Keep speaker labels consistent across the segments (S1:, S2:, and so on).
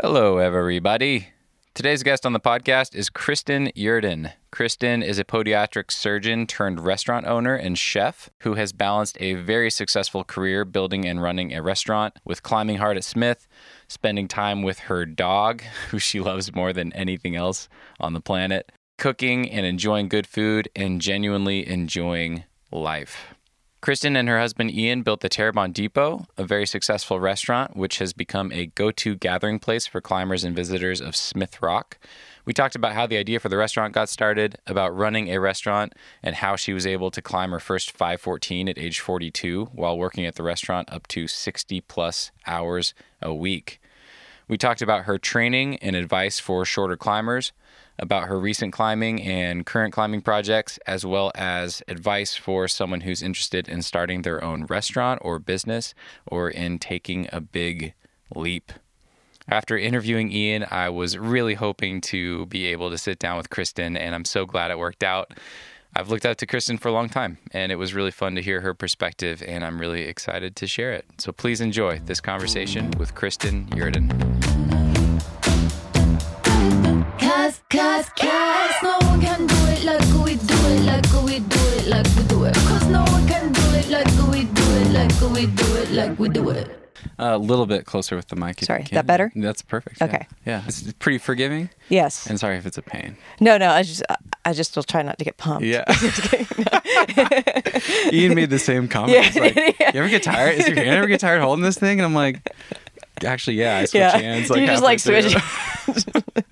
S1: Hello, everybody. Today's guest on the podcast is Kristen Yurden. Kristen is a podiatric surgeon turned restaurant owner and chef who has balanced a very successful career building and running a restaurant with climbing hard at Smith, spending time with her dog, who she loves more than anything else on the planet, cooking and enjoying good food, and genuinely enjoying life. Kristen and her husband Ian built the Terrebonne Depot, a very successful restaurant which has become a go to gathering place for climbers and visitors of Smith Rock. We talked about how the idea for the restaurant got started, about running a restaurant, and how she was able to climb her first 514 at age 42 while working at the restaurant up to 60 plus hours a week. We talked about her training and advice for shorter climbers, about her recent climbing and current climbing projects, as well as advice for someone who's interested in starting their own restaurant or business or in taking a big leap. After interviewing Ian, I was really hoping to be able to sit down with Kristen, and I'm so glad it worked out. I've looked up to Kristen for a long time, and it was really fun to hear her perspective, and I'm really excited to share it. So please enjoy this conversation with Kristen Yurden.
S2: Cause, cause, cause No one can do it like we do it Like we do it like we do it Cause no one can do it like we do it Like we do it like we do it
S1: A little bit closer with the mic. if you
S3: Sorry,
S1: can.
S3: that better?
S1: That's perfect. yeah.
S3: Okay.
S1: Yeah, it's pretty forgiving.
S3: Yes.
S1: And sorry if it's a pain.
S3: no, no. I just, I- I just will try not to get pumped.
S1: Yeah. Ian made the same comment.
S3: Yeah,
S1: It's like, You ever get tired? Is your hand ever get tired holding this thing? And I'm like, actually, yeah, I switch
S3: yeah.
S1: hands. Like
S3: you just like
S1: halfway through.
S3: switch.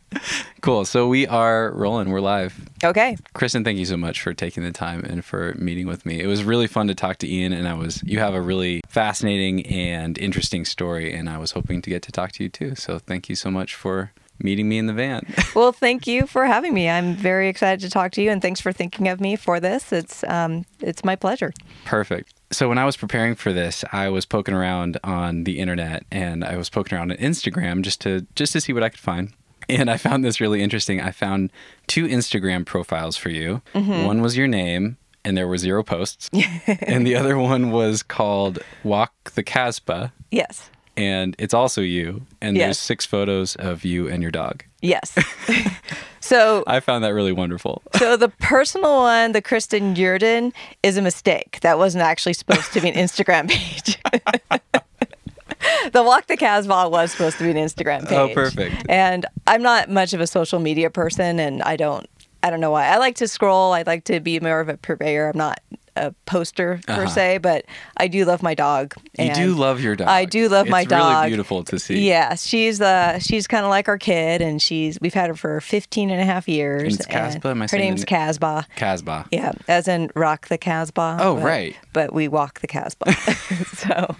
S1: Cool. So we are rolling. We're live.
S3: okay.
S1: Kristen, thank you so much for taking the time and for meeting with me. It was really fun to talk to Ian, and I was you have a really fascinating and interesting story, and I was hoping to get to talk to you too. So thank you so much for meeting me in the van.
S3: Well, thank you for having me. I'm very excited to talk to you, and thanks for thinking of me for this. It's, um, it's my pleasure.
S1: Perfect. So when I was preparing for this, I was poking around on the internet and I was poking around on Instagram just to just to see what I could find. And I found this really interesting. I found two Instagram profiles for you.
S3: Mm-hmm.
S1: One was your name and there were zero posts. and the other one was called Walk the Casbah
S3: Yes.
S1: and it's also you and there's
S3: Yes.
S1: six photos of you and your dog.
S3: Yes. so
S1: I found that really wonderful.
S3: So the personal one, the Kristen Yurden, is a mistake. That wasn't actually supposed to be an Instagram page. the Walk the Casbah was supposed to be an Instagram page.
S1: Oh, perfect.
S3: And I'm not much of a social media person, and I don't, I don't know why. I like to scroll. I like to be more of a purveyor. I'm not a poster per se, but I do love my dog.
S1: Uh-huh. You do
S3: and-
S1: love your dog.
S3: I do love my
S1: It's really
S3: dog.
S1: beautiful to see.
S3: yeah, she's uh she's kind of like our kid and she's we've had her for 15 and a half years.
S1: And it's Casbah? Am I
S3: her
S1: saying the
S3: name's
S1: na-
S3: Casbah.
S1: Casbah.
S3: Yeah, as in rock the Casbah.
S1: Oh,
S3: but-
S1: right.
S3: But we walk the Casbah. so,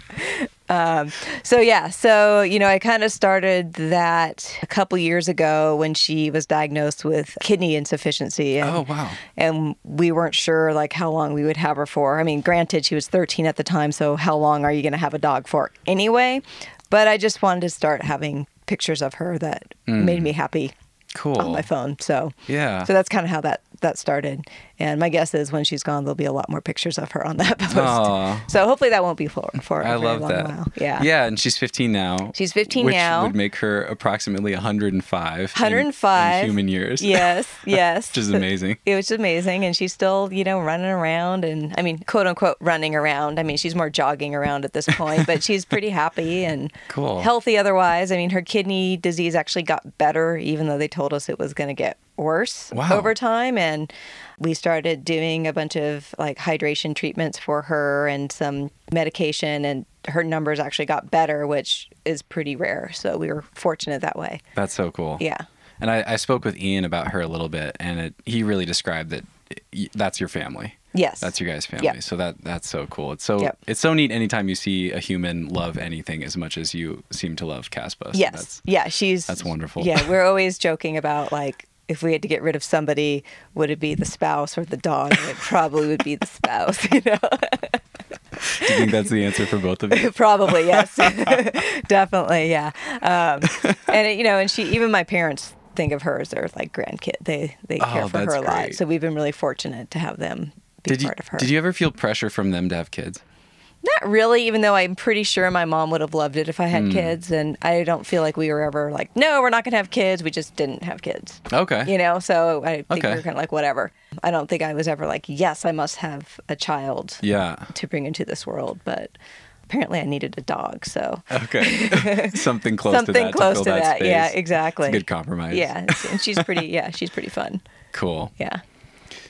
S3: um, so yeah, so you know, I kind of started that a couple years ago when she was diagnosed with kidney insufficiency. And,
S1: Oh, wow.
S3: And we weren't sure like how long we would have her for. I mean, granted, she was 13 at the time, so how long are you going to have a dog for anyway? But I just wanted to start having pictures of her that
S1: Mm.
S3: made me happy
S1: Cool.
S3: on my phone. So
S1: Yeah.
S3: so that's kind of how that that started. And my guess is when she's gone, there'll be a lot more pictures of her on that post.
S1: Aw.
S3: So hopefully that won't be for for a
S1: I
S3: very
S1: love
S3: long
S1: that.
S3: while. Yeah,
S1: Yeah, and she's 15 now.
S3: She's 15
S1: which
S3: now.
S1: Would make her approximately 105. in- in
S3: 105
S1: human years.
S3: Yes, yes.
S1: Which is amazing.
S3: It was amazing, and she's still, you know, running around, and I mean, quote unquote, running around. I mean, she's more jogging around at this point, but she's pretty happy and
S1: Cool.
S3: healthy otherwise. I mean, her kidney disease actually got better, even though they told us it was going to get worse
S1: Wow.
S3: over time. And we started doing a bunch of like hydration treatments for her and some medication, and her numbers actually got better, which is pretty rare. So we were fortunate that way.
S1: That's so cool.
S3: Yeah.
S1: And I, I spoke with Ian about her a little bit, and it, he really described that y- that's your family.
S3: Yes.
S1: That's your guys' family.
S3: Yep.
S1: So that that's so cool. It's so
S3: Yep.
S1: it's so neat anytime you see a human love anything as much as you seem to love Caspa. So
S3: Yes.
S1: that's-
S3: yeah, she's
S1: that's wonderful.
S3: Yeah, we're always joking about like if we had to get rid of somebody, would it be the spouse or the dog? And It probably would be the spouse, you know.
S1: do you think that's the answer for both of you?
S3: probably, yes. Definitely, yeah. Um, and it, you know, and she even my parents think of her as their like grandkid. They they
S1: Oh,
S3: care for her
S1: that's
S3: a lot.
S1: great.
S3: So we've been really fortunate to have them be
S1: Did you
S3: part of her.
S1: did you ever feel pressure from them to have kids?
S3: Not really, even though I'm pretty sure my mom would have loved it if I
S1: Hmm.
S3: had kids. And I don't feel like we were ever like, no, we're not going to have kids. We just didn't have kids.
S1: Okay.
S3: You know, so I think
S1: Okay.
S3: we were kind of like, whatever. I don't think I was ever like, yes, I must have a child
S1: Yeah.
S3: to bring into this world. But apparently I needed a dog. So
S1: Oh, Okay. Something close to
S3: something
S1: that.
S3: close
S1: to, fill
S3: to that. Yeah,
S1: space.
S3: exactly.
S1: It's a good compromise.
S3: Yeah. And she's pretty, yeah, she's pretty fun.
S1: Cool.
S3: Yeah.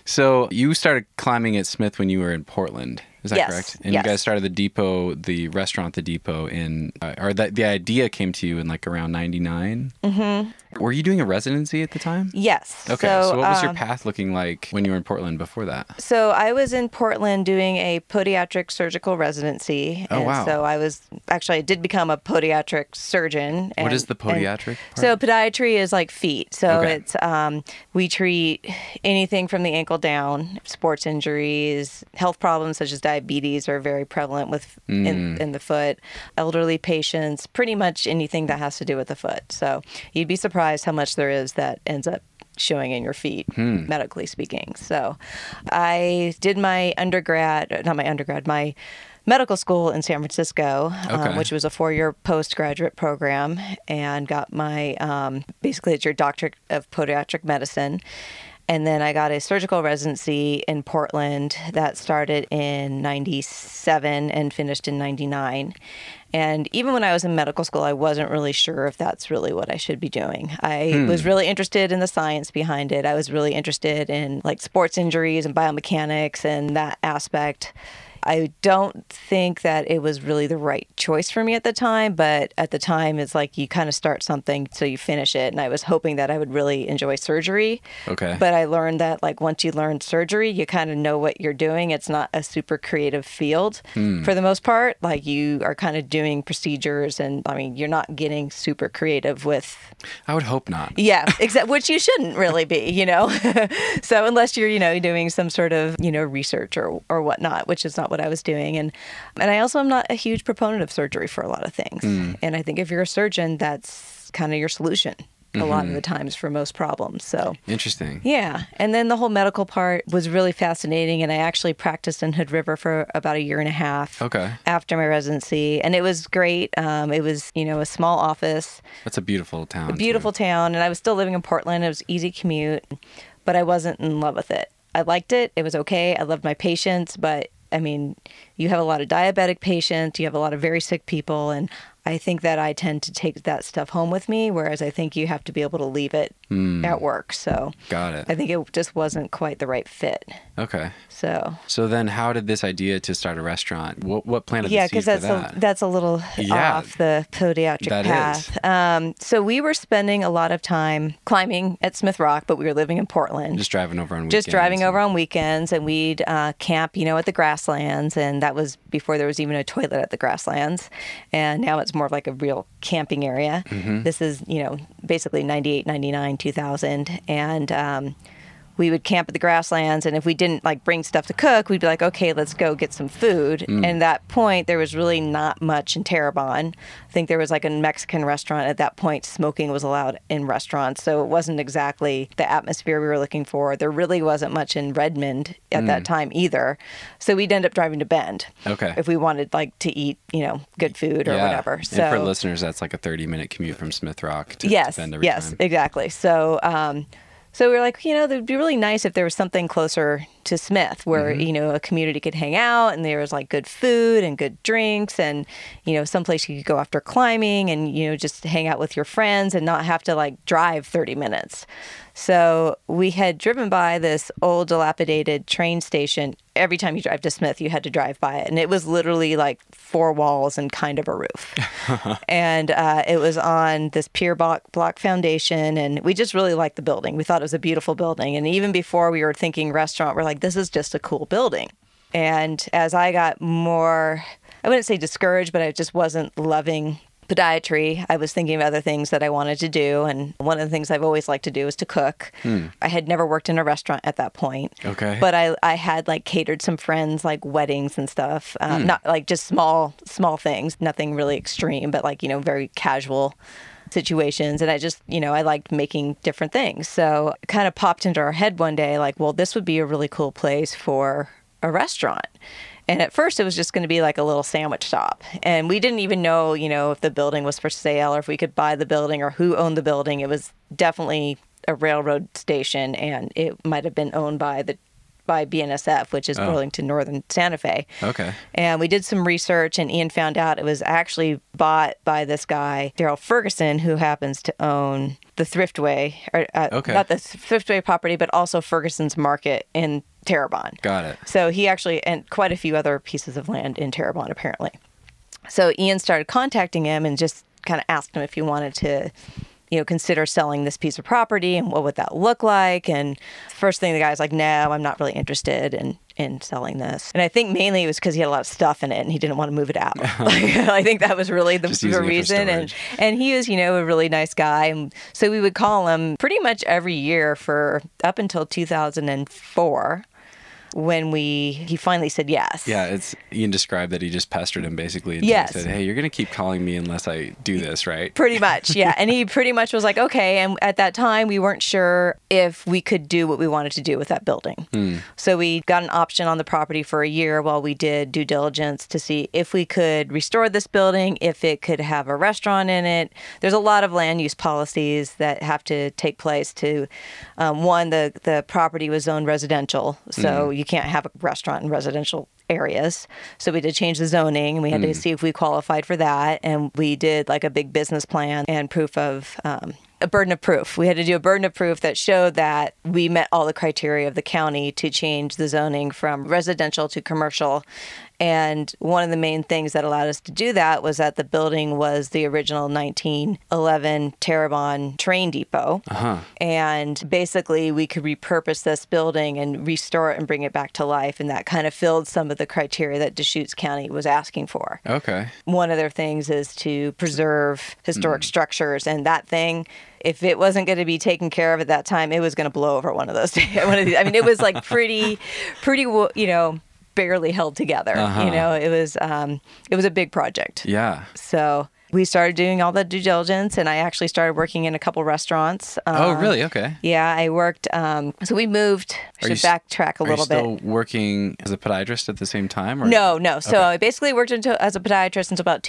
S1: So you started climbing at Smith when you were in Portland. Is that
S3: Yes,
S1: correct? And
S3: yes.
S1: you guys started the depot, the restaurant, the depot in, uh, or that the idea came to you in like around 99. Mm-hmm. Were you doing a residency at the time?
S3: Yes.
S1: Okay. So, what was
S3: um,
S1: your path looking like when you were in Portland before that?
S3: So I was in Portland doing a podiatric surgical residency.
S1: Oh,
S3: and
S1: wow.
S3: So I was actually I did become a podiatric surgeon. And,
S1: What is the podiatric
S3: and- So
S1: part?
S3: podiatry is like feet. So
S1: Okay.
S3: it's um, we treat anything from the ankle down. Sports injuries, health problems such as diabetes are very prevalent with in, in the foot. Elderly patients, pretty much anything that has to do with the foot. So you'd be surprised how much there is that ends up showing in your feet, medically speaking. So I did my undergrad, not my undergrad, my medical school in San Francisco, um,
S1: Okay.
S3: which was a four year postgraduate program, and got my um, basically it's your doctorate of podiatric medicine. And then I got a surgical residency in Portland that started in 97 and finished in 99. And even when I was in medical school, I wasn't really sure if that's really what I should be doing. I was really interested in the science behind it. I was really interested in like sports injuries and biomechanics and that aspect. I don't think that it was really the right choice for me at the time, but at the time, it's like you kind of start something so you finish it. And I was hoping that I would really enjoy surgery.
S1: Okay.
S3: But I learned that, like, once you learn surgery, you kind of know what you're doing. It's not a super creative field for the most part. Like, you are kind of doing procedures, and I mean, you're not getting super creative with
S1: I would hope not.
S3: yeah, except which you shouldn't really be, you know. so unless you're, you know, doing some sort of, you know, research or or whatnot, which is not what I was doing, and and I also am not a huge proponent of surgery for a lot of things, and I think if you're a surgeon, that's kind of your solution a lot of the times for most problems. So
S1: Interesting.
S3: yeah. And then the whole medical part was really fascinating. And I actually practiced in Hood River for about a year and a half
S1: Okay.
S3: after my residency. And it was great. Um, it was, you know, a small office
S1: That's a beautiful town. too.
S3: beautiful town and i was still living in portland it was easy commute but i wasn't in love with it i liked it it was okay i loved my patients but i mean you have a lot of diabetic patients you have a lot of very sick people and i think that i tend to take that stuff home with me whereas i think you have to be able to leave it at work so
S1: Got it.
S3: i think it just wasn't quite the right fit
S1: Okay.
S3: so
S1: So then, how did this idea to start a restaurant? What what planted
S3: yeah
S1: the seed
S3: because
S1: for
S3: that's
S1: that?
S3: a that's a little
S1: Yeah.
S3: off the podiatric
S1: That
S3: path
S1: is.
S3: um so we were spending a lot of time climbing at smith rock but we were living in portland
S1: just driving over on weekends.
S3: just driving
S1: and-
S3: over on weekends and we'd uh, camp you know at the grasslands and that was before there was even a toilet at the grasslands and now it's more of like a real camping area
S1: Mm-hmm.
S3: this is you know basically 98 99 2000 and um, we would camp at the grasslands and if we didn't like bring stuff to cook we'd be like okay let's go get some food
S1: Mm.
S3: and that point there was really not much in Terrebonne I think there was like a Mexican restaurant at that point smoking was allowed in restaurants so it wasn't exactly the atmosphere we were looking for there really wasn't much in Redmond at that time either so we'd end up driving to Bend
S1: Mm. Okay.
S3: if we wanted like to eat you know good food or
S1: yeah.
S3: whatever so
S1: and for listeners, that's like a 30 minute commute from Smith Rock to, to
S3: yes,
S1: Bend every
S3: yes,
S1: time.
S3: exactly. So, um, so we were like, you know, it would be really nice if there was something closer to Smith, where
S1: Mm-hmm.
S3: you know a community could hang out, and there was like good food and good drinks, and you know, someplace you could go after climbing, and you know, just hang out with your friends, and not have to like drive thirty minutes. So we had driven by this old, dilapidated train station. Every time you drive to Smith, you had to drive by it, and it was literally like four walls and kind of a roof. and uh, it was on this Pier Block, Block Foundation, and we just really liked the building. We thought it was a beautiful building, and even before we were thinking restaurant, we're like, this is just a cool building. And as I got more, I wouldn't say discouraged, but I just wasn't loving podiatry. I was thinking of other things that I wanted to do, and one of the things I've always liked to do is to cook. I had never worked in a restaurant at that point.
S1: Okay.
S3: But I, I had like catered some friends like weddings and stuff. Um, Not like just small small things, nothing really extreme, but like you know very casual situations. And I just you know I liked making different things. So it kind of popped into our head one day like, well, this would be a really cool place for a restaurant. And at first, it was just going to be like a little sandwich shop. And we didn't even know, you know, if the building was for sale or if we could buy the building or who owned the building. It was definitely a railroad station and it might have been owned by the by BNSF, which is Burlington Northern Santa Fe.
S1: Okay.
S3: And we did some research, and Ian found out it was actually bought by this guy, Daryl Ferguson, who happens to own the Thriftway, or uh,
S1: Okay.
S3: not the Thriftway property, but also Ferguson's Market in Terrebonne.
S1: Got it.
S3: So he actually, and quite a few other pieces of land in Terrebonne, apparently. So Ian started contacting him and just kind of asked him if he wanted to, you know, consider selling this piece of property and what would that look like. And first thing the guy's like, no, I'm not really interested in in selling this. And I think mainly it was because he had a lot of stuff in it and he didn't want to move it out. Like, I think that was really the,
S1: Just
S3: the
S1: using it for
S3: reason. And
S1: storage.
S3: and he was, you know, a really nice guy. And so we would call him pretty much every year for up until 2004 when we he finally said yes.
S1: Yeah, it's Ian described that he just pestered him basically and
S3: Yes.
S1: said, Hey, you're gonna keep calling me unless I do this, right?
S3: Pretty much, yeah. And he pretty much was like, okay. And at that time, we weren't sure if we could do what we wanted to do with that building. So we got an option on the property for a year while we did due diligence to see if we could restore this building, if it could have a restaurant in it. There's a lot of land use policies that have to take place to um, one, the, the property was zoned residential. So you can't have a restaurant in residential areas. So we did change the zoning and we had to see if we qualified for that. And we did like a big business plan and proof of um, a burden of proof. We had to do a burden of proof that showed that we met all the criteria of the county to change the zoning from residential to commercial. And one of the main things that allowed us to do that was that the building was the original 1911 Terrebonne train depot. And basically, we could repurpose this building and restore it and bring it back to life. And that kind of filled some of the criteria that Deschutes County was asking for
S1: Okay.
S3: one of their things is to preserve
S1: Mm.
S3: historic structures and that thing if it wasn't going to be taken care of at that time it was going to blow over one of those one of these i mean it was like pretty pretty wo- you know barely held together you know it was um it was a big project
S1: Uh-huh. Yeah.
S3: so we started doing all the due diligence and i actually started working in a couple restaurants um,
S1: Oh really? Okay.
S3: yeah i worked um so we moved
S1: Are
S3: should
S1: you s-
S3: backtrack a
S1: Are you
S3: little bit
S1: still working as a podiatrist at the same time? Or?
S3: no, no. So I basically worked until, as a podiatrist until about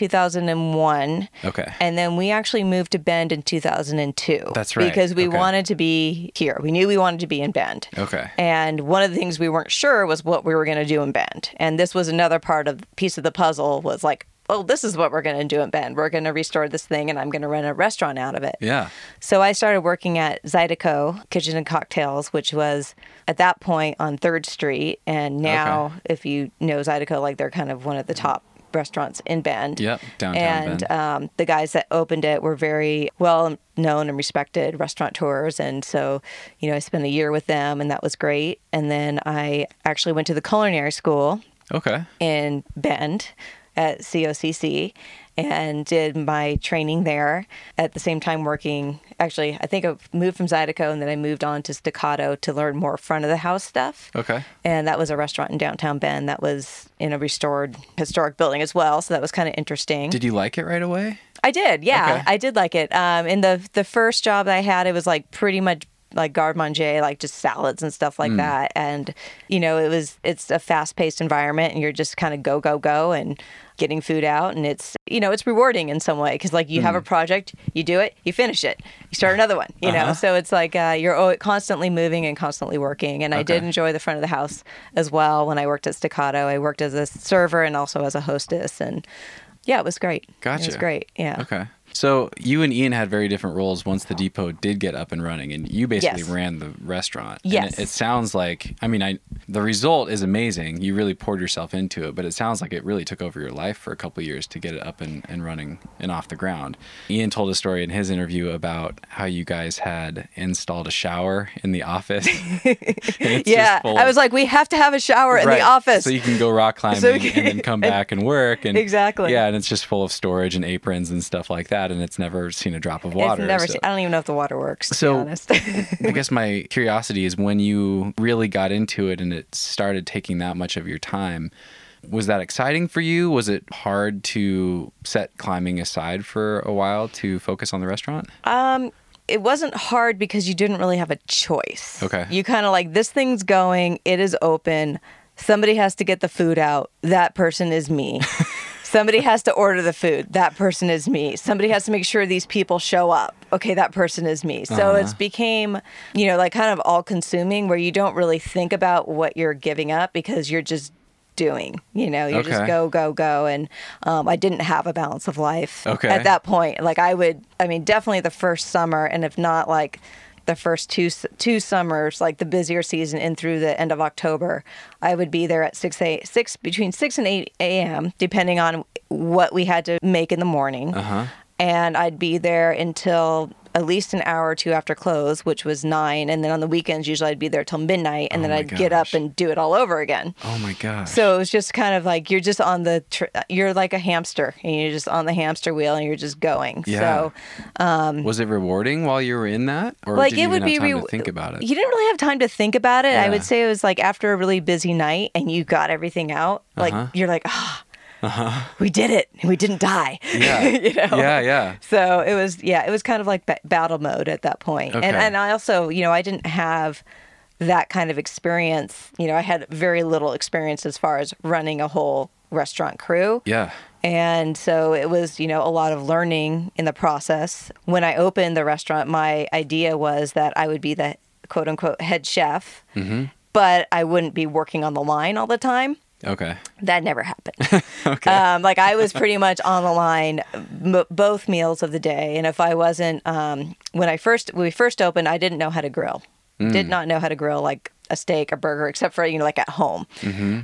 S3: 2001.
S1: Okay.
S3: And then we actually moved to Bend in 2002.
S1: That's right.
S3: Because we
S1: Okay.
S3: wanted to be here. We knew we wanted to be in Bend.
S1: Okay.
S3: And one of the things we weren't sure was what we were going to do in Bend. And this was another part of piece of the puzzle was like, well, this is what we're going to do in Bend. We're going to restore this thing and I'm going to run a restaurant out of it.
S1: Yeah.
S3: So I started working at Zydeco Kitchen and Cocktails, which was at that point on Third Street, and now if you know Zydeco, like they're kind of one of the top restaurants in Bend.
S1: Yep, downtown
S3: And
S1: Bend.
S3: Um, the guys that opened it were very well known and respected restaurateurs, and so you know I spent a year with them, and that was great. And then I actually went to the culinary school
S1: Okay.
S3: in Bend at COCC and did my training there at the same time working actually I think I moved from Zydeco and then I moved on to Staccato to learn more front of the house stuff.
S1: Okay.
S3: And that was a restaurant in downtown Bend that was in a restored historic building as well, so that was kind of interesting.
S1: Did you like it right away?
S3: I did, yeah,
S1: Okay.
S3: I did like it. Um, in the the first job that I had, it was like pretty much like garde manger, like just salads and stuff
S1: Hmm.
S3: like that. And you know, it was it's a fast paced environment, and you're just kind of go go go and getting food out, and it's you know it's rewarding in some way because like you have
S1: Hmm.
S3: a project, you do it, you finish it, you start another one, you
S1: Uh-huh.
S3: know. So it's like uh, you're al- constantly moving and constantly working. And I did
S1: Okay.
S3: enjoy the front of the house as well when I worked at Staccato. I worked as a server and also as a hostess and. Yeah, it was great. It was
S1: Gotcha.
S3: great. Yeah.
S1: Okay. So you and Ian had very different roles once the depot did get up and running, and you basically
S3: Yes.
S1: ran the restaurant. And
S3: Yes.
S1: it, it sounds like I mean, I the result is amazing. You really poured yourself into it, but it sounds like it really took over your life for a couple of years to get it up and, and running and off the ground. Ian told a story in his interview about how you guys had installed a shower in the office. And it's
S3: Yeah,
S1: just full
S3: I
S1: of-
S3: was like, we have to have a shower in
S1: Right.
S3: the office.
S1: So you can go rock climbing
S3: So you can-
S1: and then come back and work. And
S3: Exactly.
S1: Yeah, and it's just full of storage and aprons and stuff like that. And it's never seen a drop of water.
S3: it's never.
S1: so.
S3: seen- I don't even know if the water works. To
S1: So-
S3: be honest.
S1: I guess my curiosity is when you really got into it and it started taking that much of your time, was that exciting for you? Was it hard to set climbing aside for a while to focus on the restaurant?
S3: Uh, it wasn't hard because you didn't really have a choice.
S1: Okay.
S3: You kind of like this thing's going. It is open. Somebody has to get the food out. That person is me. Somebody has to order the food. That person is me. Somebody has to make sure these people show up. Okay, that person is me. So
S1: Uh-huh.
S3: it's became, you know, like kind of all consuming where you don't really think about what you're giving up because you're just doing. You know, you just
S1: Okay.
S3: go, go, go. And um, I didn't have a balance of life
S1: Okay.
S3: at that point. Like I would, I mean, definitely the first summer, and if not like the first two s- two summers, like the busier season in through the end of October, I would be there at six a six between six and eight a.m. depending on what we had to make in the morning,
S1: Uh-huh.
S3: and I'd be there until. At least an hour or two after close, which was nine, and then on the weekends usually I'd be there till midnight, and
S1: Oh
S3: then
S1: my
S3: I'd get up
S1: gosh.
S3: and do it all over again.
S1: Oh my gosh.
S3: So it was just kind of like you're just on the tr- you're like a hamster and you're just on the hamster wheel and you're just going.
S1: Yeah.
S3: So
S1: was it rewarding while you were in that, or
S3: like
S1: did you
S3: it
S1: even
S3: would be
S1: have time
S3: re-
S1: to think about it?
S3: You didn't really have time to think about it. I
S1: Yeah.
S3: would say it was like after a really busy night and you got everything out. Like
S1: Uh-huh.
S3: you're like, ah, we did it. We didn't die.
S1: Yeah.
S3: you know.
S1: Yeah, yeah.
S3: So it was, yeah, it was kind of like ba- battle mode at that point. And,
S1: Okay.
S3: and I also, you know, I didn't have that kind of experience. You know, I had very little experience as far as running a whole restaurant crew.
S1: Yeah.
S3: And so it was, you know, a lot of learning in the process. When I opened the restaurant, my idea was that I would be the quote unquote head chef, but I wouldn't be working on the line all the time.
S1: Okay.
S3: That never happened. um, like I was pretty much on the line m- both meals of the day, and if I wasn't, um, when I first when we first opened, I didn't know how to grill. Did not know how to grill like a steak, a burger, except for you know like at home.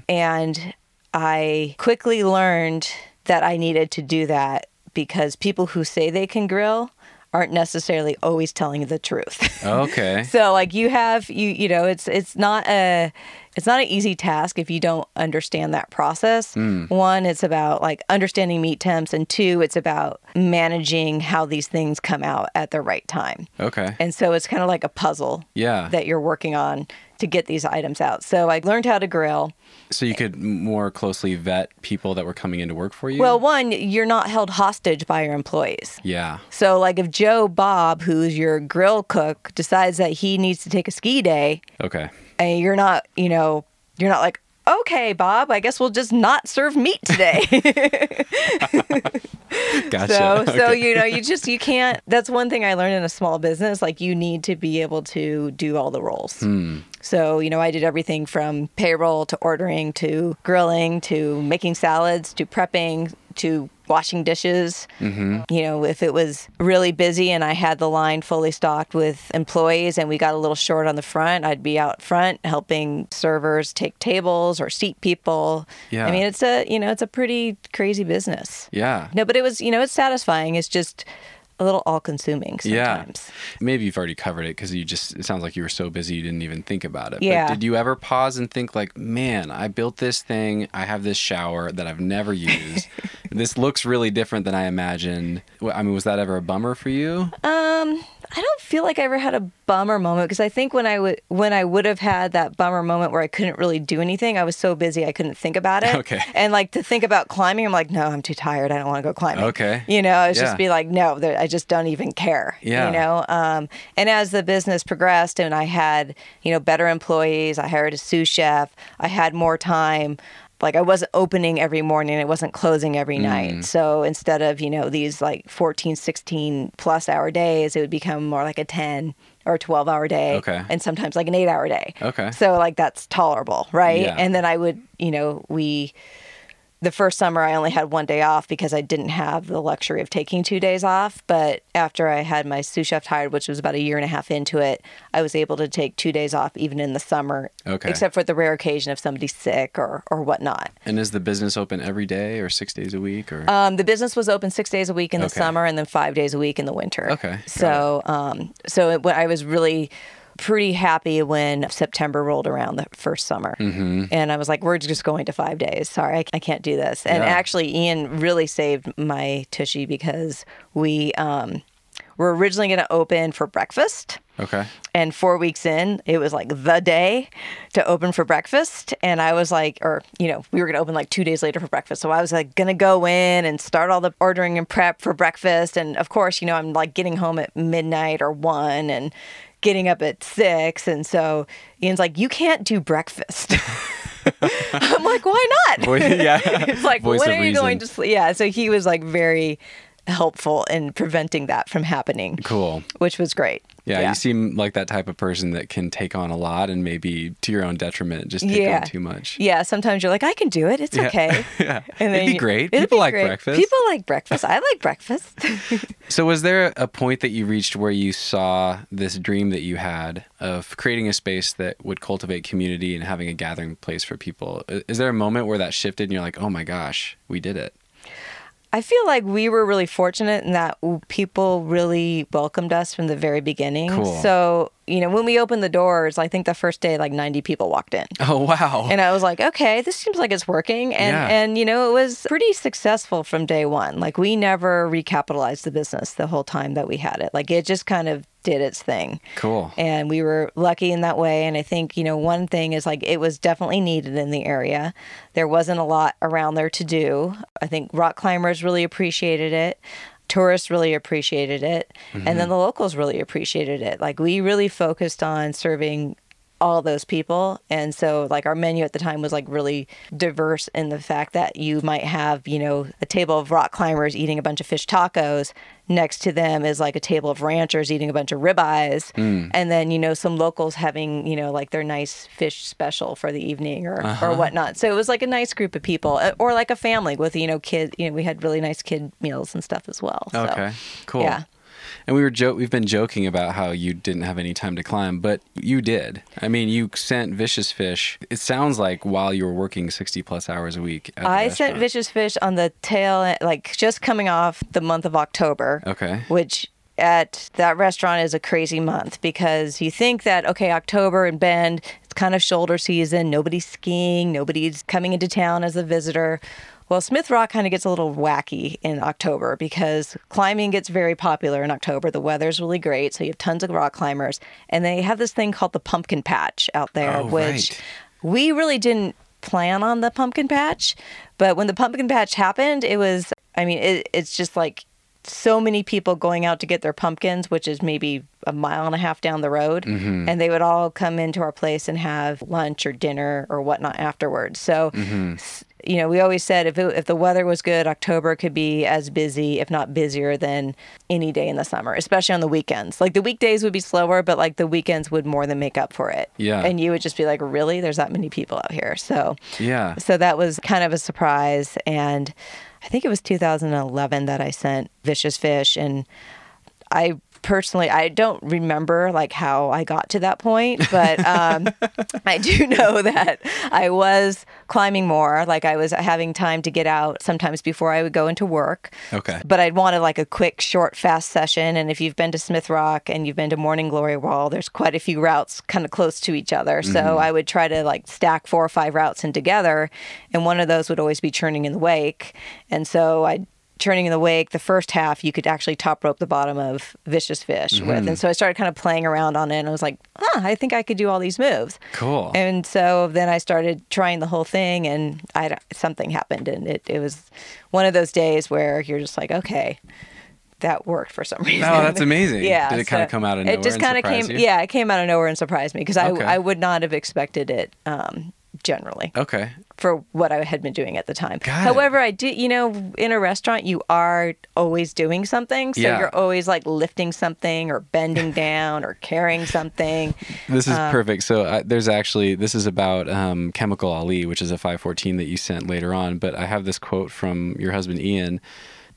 S3: And I quickly learned that I needed to do that because people who say they can grill aren't necessarily always telling the truth.
S1: Okay.
S3: So like you have you you know it's it's not a it's not an easy task if you don't understand that process.
S1: Hmm.
S3: One, it's about like understanding meat temps, and two, it's about managing how these things come out at the right time.
S1: Okay.
S3: And so it's kind of like a puzzle
S1: Yeah.
S3: that you're working on to get these items out. So I learned how to grill.
S1: So you could more closely vet people that were coming in to work for you.
S3: Well, one, you're not held hostage by your employees.
S1: Yeah.
S3: So like if Joe Bob, who's your grill cook, decides that he needs to take a ski day,
S1: Okay.
S3: and you're not, you know, you're not like, okay, Bob, I guess we'll just not serve meat today.
S1: Gotcha.
S3: so, so
S1: Okay.
S3: you know, you just you can't. That's one thing I learned in a small business. Like, you need to be able to do all the roles.
S1: Hmm.
S3: So, you know, I did everything from payroll to ordering to grilling to making salads to prepping to washing dishes.
S1: Mm-hmm.
S3: You know, if it was really busy and I had the line fully stocked with employees and we got a little short on the front, I'd be out front helping servers take tables or seat people.
S1: Yeah.
S3: I mean, it's a, you know, it's a pretty crazy business.
S1: yeah.
S3: No, but it was, you know, it's satisfying. It's just a little all consuming sometimes.
S1: Yeah. Maybe you've already covered it because you just, it sounds like you were so busy you didn't even think about it.
S3: Yeah.
S1: But did you ever pause and think, like, man, I built this thing. I have this shower that I've never used. this looks really different than I imagined. Wh- I mean, was that ever a bummer for you?
S3: Um, I don't feel like I ever had a bummer moment because I think when I would when I would have had that bummer moment where I couldn't really do anything, I was so busy I couldn't think about it.
S1: Okay.
S3: And like to think about climbing, I'm like, no, I'm too tired. I don't want to go climbing.
S1: Okay.
S3: You know, it's
S1: Yeah.
S3: just be like, no, there- I just don't even care.
S1: Yeah.
S3: You know, um, and as the business progressed and I had you know better employees, I hired a sous chef, I had more time. Like I wasn't opening every morning, it wasn't closing
S1: Mm.
S3: every night. So instead of, you know, these like 14, 16 plus hour days, it would become more like a 10 or 12 hour day
S1: Okay.
S3: and sometimes like an 8 hour day.
S1: Okay.
S3: So like that's tolerable, right?
S1: Yeah.
S3: And then I would, you know, we the first summer I only had one day off because I didn't have the luxury of taking two days off. But after I had my sous chef hired, which was about a year and a half into it, I was able to take two days off even in the summer.
S1: Okay.
S3: Except for the rare occasion of somebody sick or or whatnot.
S1: And is the business open every day or six days a week? Or
S3: Um, the business was open six days a week in the
S1: Okay.
S3: summer and then five days a week in the winter.
S1: Okay, got
S3: So, um, so it, when I was really pretty happy when September rolled around the first summer, mm-hmm. and I was like, "We're just going to five days. Sorry, I, I can't do this." And
S1: Yeah.
S3: actually, Ian really saved my tushy because we um, were originally going to open for breakfast.
S1: okay.
S3: And four weeks in, it was like the day to open for breakfast. And I was like, or, you know, we were going to open like two days later for breakfast. So I was like, going to go in and start all the ordering and prep for breakfast. And of course, you know, I'm like getting home at midnight or one and getting up at six. And so Ian's like, you can't do breakfast. I'm like, why not?
S1: Boy- yeah.
S3: it's like,
S1: Voice
S3: when
S1: of
S3: are you going to
S1: reason.
S3: sleep? Yeah. So he was like very helpful in preventing that from happening,
S1: Cool.
S3: which was great.
S1: Yeah, you seem like that type of person that can take on a lot and maybe to your own detriment, just take
S3: Yeah.
S1: on too much.
S3: Yeah, sometimes you're like, I can do it. It's okay.
S1: yeah.
S3: And
S1: It'd be
S3: you-
S1: great.
S3: it'd
S1: People
S3: be
S1: like
S3: great.
S1: breakfast.
S3: People like breakfast. I like breakfast.
S1: So, was there a point that you reached where you saw this dream that you had of creating a space that would cultivate community and having a gathering place for people? I- Is there a moment where that shifted and you're like, oh my gosh, we did it?
S3: I feel like we were really fortunate in that w- people really welcomed us from the very beginning.
S1: Cool.
S3: So, you know, when we opened the doors, I think the first day, like 90 people walked in.
S1: Oh, wow.
S3: And I was like, okay, this seems like it's working. And,
S1: Yeah.
S3: and you know, it was pretty successful from day one. Like, we never recapitalized the business the whole time that we had it. Like, it just kind of did its thing.
S1: cool.
S3: And we were lucky in that way. And I think, you know, one thing is like it was definitely needed in the area. There wasn't a lot around there to do. I think rock climbers really appreciated it. Tourists really appreciated it. And then the locals really appreciated it. Like we really focused on serving all those people. And so like our menu at the time was like really diverse in the fact that you might have, you know, a table of rock climbers eating a bunch of fish tacos. Next to them is like a table of ranchers eating a bunch of ribeyes. And then, you know, some locals having, you know, like their nice fish special for the evening or, or whatnot. So it was like a nice group of people uh, or like a family with, you know, kid, you know, we had really nice kid meals and stuff as well. So,
S1: Okay, cool.
S3: yeah.
S1: And we were jo- we've been joking about how you didn't have any time to climb, but you did. I mean, you sent Vicious Fish. It sounds like while you were working 60 plus hours a week. At the
S3: I sent
S1: restaurant.
S3: Vicious Fish on the tail, like just coming off the month of October.
S1: Okay.
S3: Which at that restaurant is a crazy month because you think that, okay, October and Bend, it's kind of shoulder season. Nobody's skiing, nobody's coming into town as a visitor. Well, Smith Rock kind of gets a little wacky in October because climbing gets very popular in October. The weather's really great, so you have tons of rock climbers. And they have this thing called the pumpkin patch out there,
S1: Oh,
S3: which
S1: right.
S3: we really didn't plan on the pumpkin patch, but when the pumpkin patch happened, it was, I mean, it, it's just like so many people going out to get their pumpkins, which is maybe a mile and a half down the road. And they would all come into our place and have lunch or dinner or whatnot afterwards. So, s- you know, we always said if, it, if the weather was good, October could be as busy, if not busier, than any day in the summer, especially on the weekends. Like the weekdays would be slower, but like the weekends would more than make up for it.
S1: Yeah.
S3: And you would just be like, really? There's that many people out here. So,
S1: Yeah.
S3: so that was kind of a surprise. And I think it was 2011 that I sent Vicious Fish. And I personally, I don't remember like how I got to that point, but um, I do know that I was climbing more. Like I was having time to get out sometimes before I would go into work.
S1: Okay.
S3: But I'd wanted like a quick, short, fast session. And if you've been to Smith Rock and you've been to Morning Glory Wall, there's quite a few routes kind of close to each other. So I would try to like stack four or five routes in together. And one of those would always be churning in the wake. And so I'd churning in the wake the first half you could actually top rope the bottom of vicious fish with and so i started kind of playing around on it and i was like huh i think i could do all these moves
S1: Cool.
S3: and so then I started trying the whole thing, and I something happened, and it, it was one of those days where you're just like, okay, that worked for some reason.
S1: that's amazing.
S3: yeah.
S1: Did it kinda come out of nowhere
S3: It just
S1: and
S3: kinda
S1: surprise
S3: came.
S1: you?
S3: Yeah, it came out of nowhere and surprised me because I
S1: Okay.
S3: I would not have expected it. Um, generally
S1: okay.
S3: for what I had been doing at the time.
S1: Got it.
S3: However, I did, you know, in a restaurant, you are always doing something. So
S1: Yeah.
S3: you're always like lifting something or bending down or carrying something.
S1: This is perfect. So I, there's actually this is about um, Chemical Ali, which is a 514 that you sent later on. But I have this quote from your husband Ian.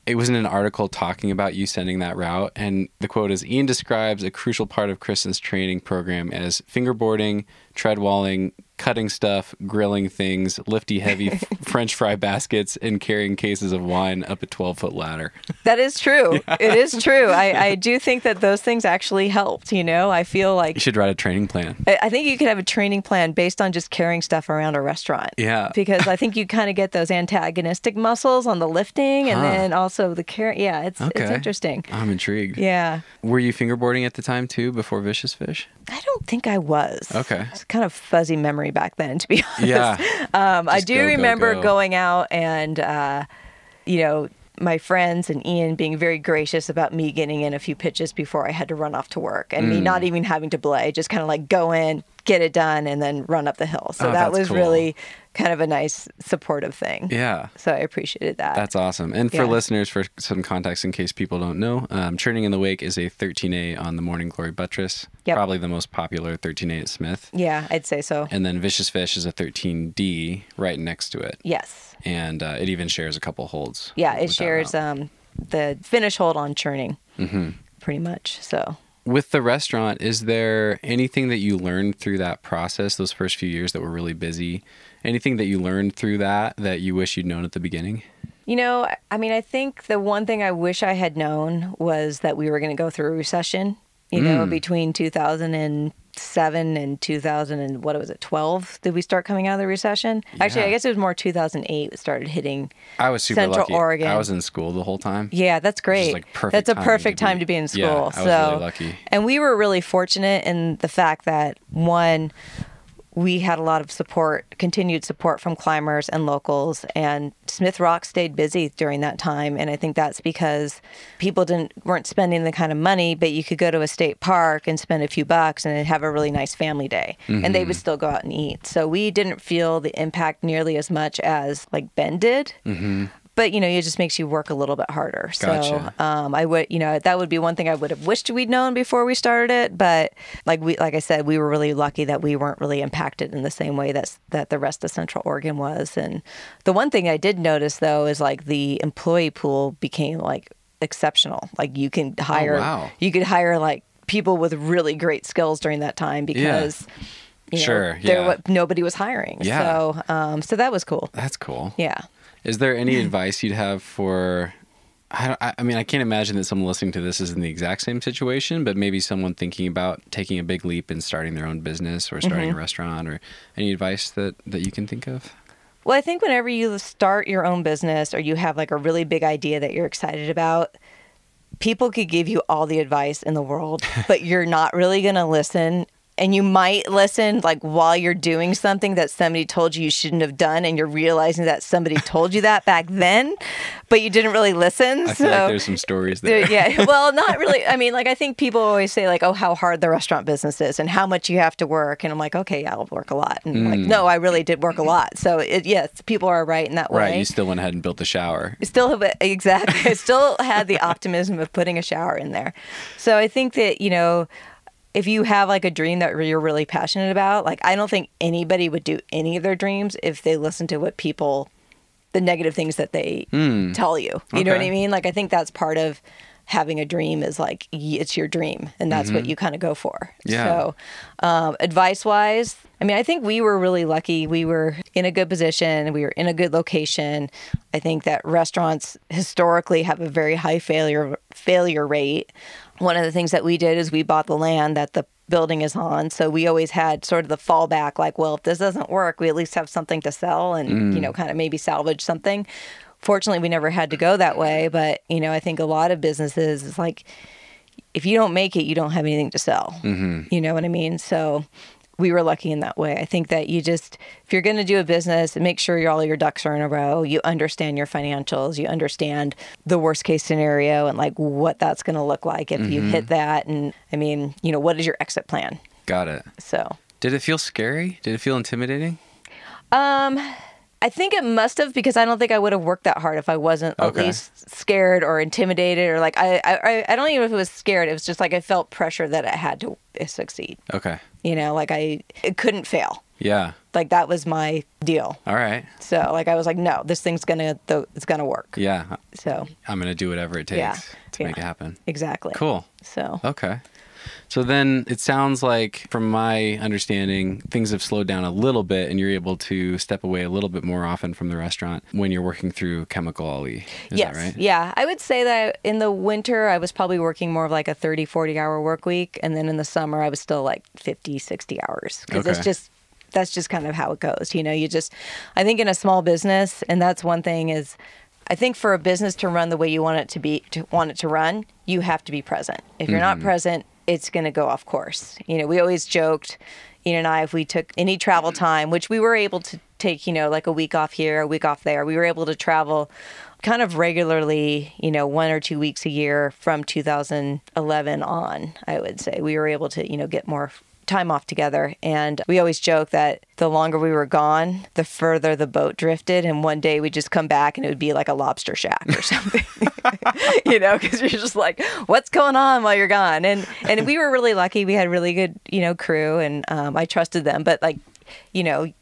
S1: It was in an article talking about you sending that route, and the quote is: Ian describes a crucial part of Kristen's training program as fingerboarding, treadwalling, cutting stuff, grilling things, lifty heavy f- French fry baskets, and carrying cases of wine up a 12 foot ladder.
S3: That is true. It is true. I, I do think that those things actually helped. You know, I feel
S1: You
S3: like
S1: should write a training plan.
S3: I I think you could have a training plan based on just carrying stuff around a restaurant.
S1: Yeah.
S3: Because I think you kind of get those antagonistic muscles on the lifting and
S1: Huh.
S3: then also the carry. Yeah, it's, it's
S1: Okay.
S3: interesting.
S1: I'm intrigued.
S3: Yeah.
S1: Were you fingerboarding at the time too, before Vicious Fish?
S3: I don't think I was.
S1: Okay.
S3: It's kind of fuzzy memory back then, to be honest.
S1: Yeah.
S3: Um, I
S1: Just
S3: do
S1: go, go,
S3: remember
S1: go.
S3: going out and, uh, you know, my friends and Ian being very gracious about me getting in a few pitches before I had to run off to work and me
S1: Mm.
S3: not even having to play, just kind of like go in, get it done, and then run up the hill. So
S1: Oh,
S3: that
S1: that's
S3: was
S1: cool.
S3: really kind of a nice supportive thing.
S1: Yeah.
S3: So I appreciated that.
S1: That's awesome. And for
S3: Yeah.
S1: listeners, for some context, in case people don't know, um, Churning in the Wake is a 13A on the Morning Glory buttress,
S3: Yep.
S1: probably the most popular 13A at Smith.
S3: yeah, I'd say so.
S1: And then Vicious Fish is a 13D right next to it.
S3: yes.
S1: And uh, it even shares a couple holds.
S3: Yeah,
S1: with
S3: it
S1: that
S3: shares
S1: route.
S3: um, the finish hold on churning,
S1: Mm-hmm.
S3: pretty much. So
S1: With the restaurant, is there anything that you learned through that process, those first few years that were really busy? Anything that you learned through that that you wish you'd known at the beginning?
S3: You know, I- I mean, I think the one thing I wish I had known was that we were going to go through a recession, you know,
S1: Mm.
S3: between 2007 and 2000 and what was it, 12? Did we start coming out of the recession? Actually, I
S1: Yeah.
S3: guess it was more 2008 it started hitting.
S1: I was super
S3: Central
S1: lucky.
S3: Oregon.
S1: I was in school the whole time.
S3: Yeah, that's
S1: is,
S3: great.
S1: like, perfect
S3: that's a
S1: timing to
S3: perfect
S1: be-
S3: time to be in school.
S1: Yeah, I was
S3: so,
S1: really lucky.
S3: and we were really fortunate in the fact that one, we had a lot of support, continued support from climbers and locals, and Smith Rock stayed busy during that time. And I think that's because people didn't weren't spending the kind of money, but you could go to a state park and spend a few bucks and have a really nice family day, and they would still go out and eat. So we didn't feel the impact nearly as much as like Ben did but you know, it just makes you work a little bit harder.
S1: Gotcha.
S3: So um, I would, you know, that would be one thing I would have wished we'd known before we started it. But like we, like I said, we were really lucky that we weren't really impacted in the same way that's that the rest of Central Oregon was. And the one thing I did notice though is like the employee pool became like exceptional. Like you can hire,
S1: Oh, wow.
S3: you could hire like people with really great skills during that time because. You know,
S1: Sure,
S3: there
S1: yeah.
S3: wa- nobody was hiring.
S1: Yeah.
S3: So, um, so that was cool.
S1: That's cool.
S3: Yeah.
S1: Is there any advice you'd have for? I, don't- I- I mean, I can't imagine that someone listening to this is in the exact same situation, but maybe someone thinking about taking a big leap and starting their own business or starting
S3: Mm-hmm.
S1: a restaurant or any advice that, that you can think of?
S3: Well, I think whenever you start your own business or you have like a really big idea that you're excited about, people could give you all the advice in the world, but you're not really going to listen. And you might listen like while you're doing something that somebody told you you shouldn't have done, and you're realizing that somebody told you that back then, but you didn't really listen.
S1: I
S3: so
S1: feel like there's some stories there.
S3: there- yeah. Well, not really. I mean, like I think people always say like, "Oh, how hard the restaurant business is, and how much you have to work." And I'm like, "Okay, yeah, I'll work a lot." And
S1: Mm.
S3: like, no, I really did work a lot. So it, yes, people are right in that way.
S1: Right. You still went ahead and built the shower.
S3: Still have exactly. I still had the optimism of putting a shower in there. So I think that you know, if you have like a dream that you're really passionate about, like I don't think anybody would do any of their dreams if they listened to what people, the negative things that they tell you. You know what
S1: Okay.
S3: I mean? Like I think that's part of having a dream is like y- it's your dream and that's what you kind of go for.
S1: Yeah.
S3: So um, advice wise, I mean, I think we were really lucky. We were in a good position. We were in a good location. I think that restaurants historically have a very high failure failure rate. One of the things that we did is we bought the land that the building is on, so we always had sort of the fallback, like, well, if this doesn't work, we at least have something to sell, and you know, kind of maybe salvage something. Fortunately, we never had to go that way, but you know, I think a lot of businesses is like if you don't make it, you don't have anything to sell. You know what I mean? So we were lucky in that way. I think that you just, if you're going to do a business, make sure your all your ducks are in a row. You understand your financials. You understand the worst case scenario and like what that's going to look like if you hit that. And I mean, you know, what is your exit plan?
S1: Got it.
S3: So
S1: Did it feel scary? Did it feel intimidating?
S3: I think it must have because I don't think I would have worked that hard if I wasn't
S1: Okay.
S3: at least scared or intimidated or like I, I I- I don't even know if it was scared. It was just like I felt pressure that it had to eh, succeed.
S1: Okay.
S3: you know like i it couldn't fail
S1: Yeah.
S3: like that was my deal
S1: All right.
S3: so like i was like no this thing's gonna th- it's gonna work
S1: Yeah.
S3: so
S1: I'm going to do whatever it takes
S3: Yeah.
S1: to make it
S3: Yeah.
S1: happen.
S3: exactly
S1: Cool. Oh,
S3: so
S1: Okay. So then it sounds like, from my understanding, things have slowed down a little bit and you're able to step away a little bit more often from the restaurant when you're working through Chemical Ollie. Is
S3: yes
S1: that right?
S3: yeah i would say that in the winter i was probably working more of like a 30 40 hour work week and then in the summer i was still like 50 60 hours because
S1: Okay.
S3: it's just that's just kind of how it goes you know you just i think in a small business and that's one thing is i think for a business to run the way you want it to be to want it to run you have to be present if you're not present it's going to go off course you know we always joked ian and i if we took any travel time which we were able to take, you know, like a week off here, a week off there. We were able to travel kind of regularly, you know, one or two weeks a year from 2011 on, I would say. We were able to, you know, get more time off together. And we always joke that the longer we were gone, the further the boat drifted. And one day we'd just come back and it would be like a lobster shack or something, you know, because you're just like, what's going on while you're gone? And, and we were really lucky. We had really good, you know, crew and um, I trusted them. But like, you know,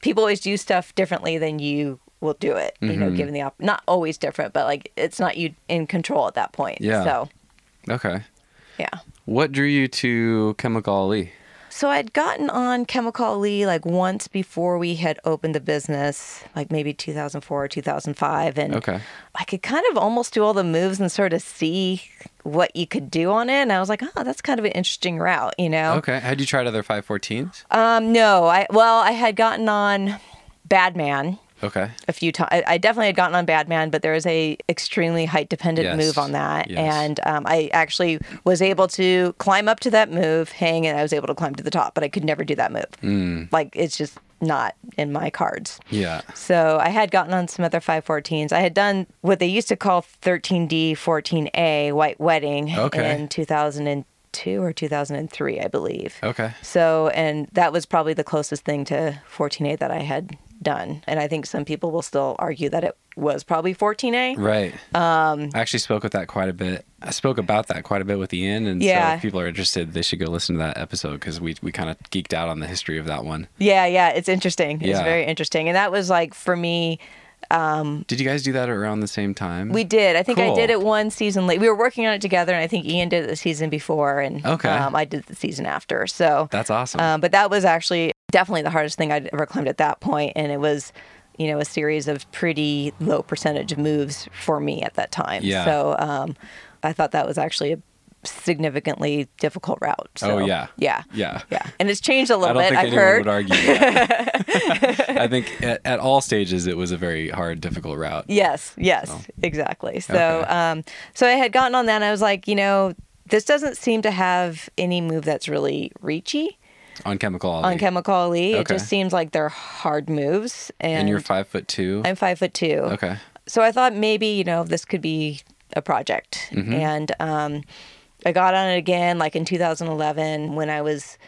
S3: people always do stuff differently than you will do it, you know, given the op, not always different, but like it's not you in control at that point.
S1: Yeah.
S3: So,
S1: Okay.
S3: yeah.
S1: What drew you to Chemical Ali?
S3: So I'd gotten on Chemical Lee like once before we had opened the business, like maybe 2004 or 2005. And
S1: Okay.
S3: I could kind of almost do all the moves and sort of see what you could do on it. And I was like, oh, that's kind of an interesting route, you know?
S1: Okay. Had you tried other 514s?
S3: Um, no, I, well, I had gotten on Badman
S1: Okay.
S3: a few times. I definitely had gotten on Badman, but there was a extremely height dependent
S1: Yes.
S3: move on that,
S1: Yes.
S3: and um, I actually was able to climb up to that move, hang, and I was able to climb to the top, but I could never do that move.
S1: Mm.
S3: Like it's just not in my cards.
S1: Yeah.
S3: So I had gotten on some other 514s. I had done what they used to call 13D, 14A, White Wedding
S1: Okay.
S3: in 2002 or 2003, I believe.
S1: Okay.
S3: So, and that was probably the closest thing to 14A that I had done. And I think some people will still argue that it was probably 14A.
S1: Right. Um, I actually spoke with that quite a bit. I spoke about that quite a bit with Ian, and so
S3: Yeah.
S1: if people are interested, they should go listen to that episode because we we kind of geeked out on the history of that one.
S3: Yeah, yeah, it's interesting. It's
S1: Yeah.
S3: very interesting. And that was like for me,
S1: Did you guys do that around the same time?
S3: we did. I think I
S1: Cool.
S3: did it one season late. We were working on it together, and I think Ian did it the season before, and
S1: Okay.
S3: um, I did the season after. So
S1: That's awesome.
S3: Um, but that was actually definitely the hardest thing I'd ever climbed at that point, and it was, you know, a series of pretty low percentage moves for me at that time.
S1: Yeah.
S3: So um, I thought that was actually a significantly difficult route. So,
S1: Oh, yeah.
S3: yeah,
S1: Yeah.
S3: yeah. And it's changed a
S1: I
S3: little
S1: don't
S3: bit.
S1: think
S3: I've
S1: anyone
S3: heard.
S1: would argue. That. I think at, at all stages it was a very hard, difficult route.
S3: Yes, yes, exactly. So,
S1: Oh. Okay.
S3: um, so I had gotten on that, and I was like, you know, this doesn't seem to have any move that's really reachy
S1: On chemical.
S3: on Chemical Ali. It
S1: Okay.
S3: just seems like they're hard moves, and,
S1: And you're five foot two.
S3: I'm five foot two.
S1: okay.
S3: so I thought maybe you know this could be a project, and um, I got on it again like in 2011 when I was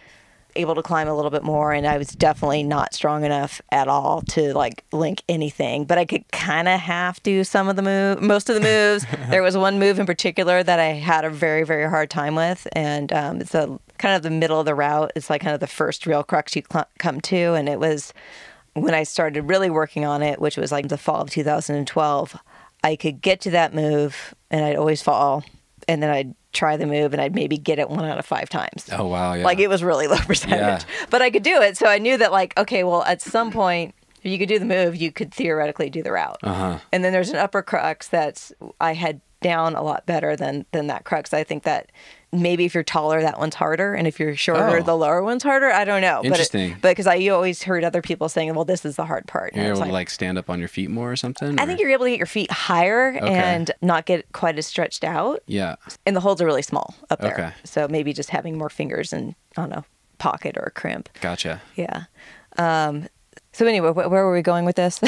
S3: able to climb a little bit more, and I was definitely not strong enough at all to like link anything, but I could kind of half do some of the move, most of the moves. there was one move in particular that I had a very very hard time with, and um, it's a kind of the middle of the route. It's like kind of the first real crux you cl- come to, and it was when I started really working on it, which was like the fall of 2012, I could get to that move and I'd always fall. And then I'd try the move and I'd maybe get it one out of five times.
S1: Oh wow. Yeah.
S3: Like it was really low percentage, but I could do it. So I knew that, like, okay, well, at some point, if you could do the move, you could theoretically do the route.
S1: Uh-huh.
S3: And then there's an upper crux that's I had down a lot better than than that crux. I think that maybe if you're taller, that one's harder, and if you're shorter,
S1: Oh.
S3: the lower one's harder. I don't know.
S1: Interesting.
S3: But because I you always heard other people saying, "Well, this is the hard part." And
S1: You're
S3: I was
S1: able to like stand up on your feet more or something.
S3: I
S1: or-
S3: think you're able to get your feet higher and not get quite as stretched out
S1: Yeah.
S3: and the holes are really small up there.
S1: Okay.
S3: So maybe just having more fingers and on a pocket or a crimp.
S1: Gotcha.
S3: Yeah. Um, so anyway, wh- where were we going with this?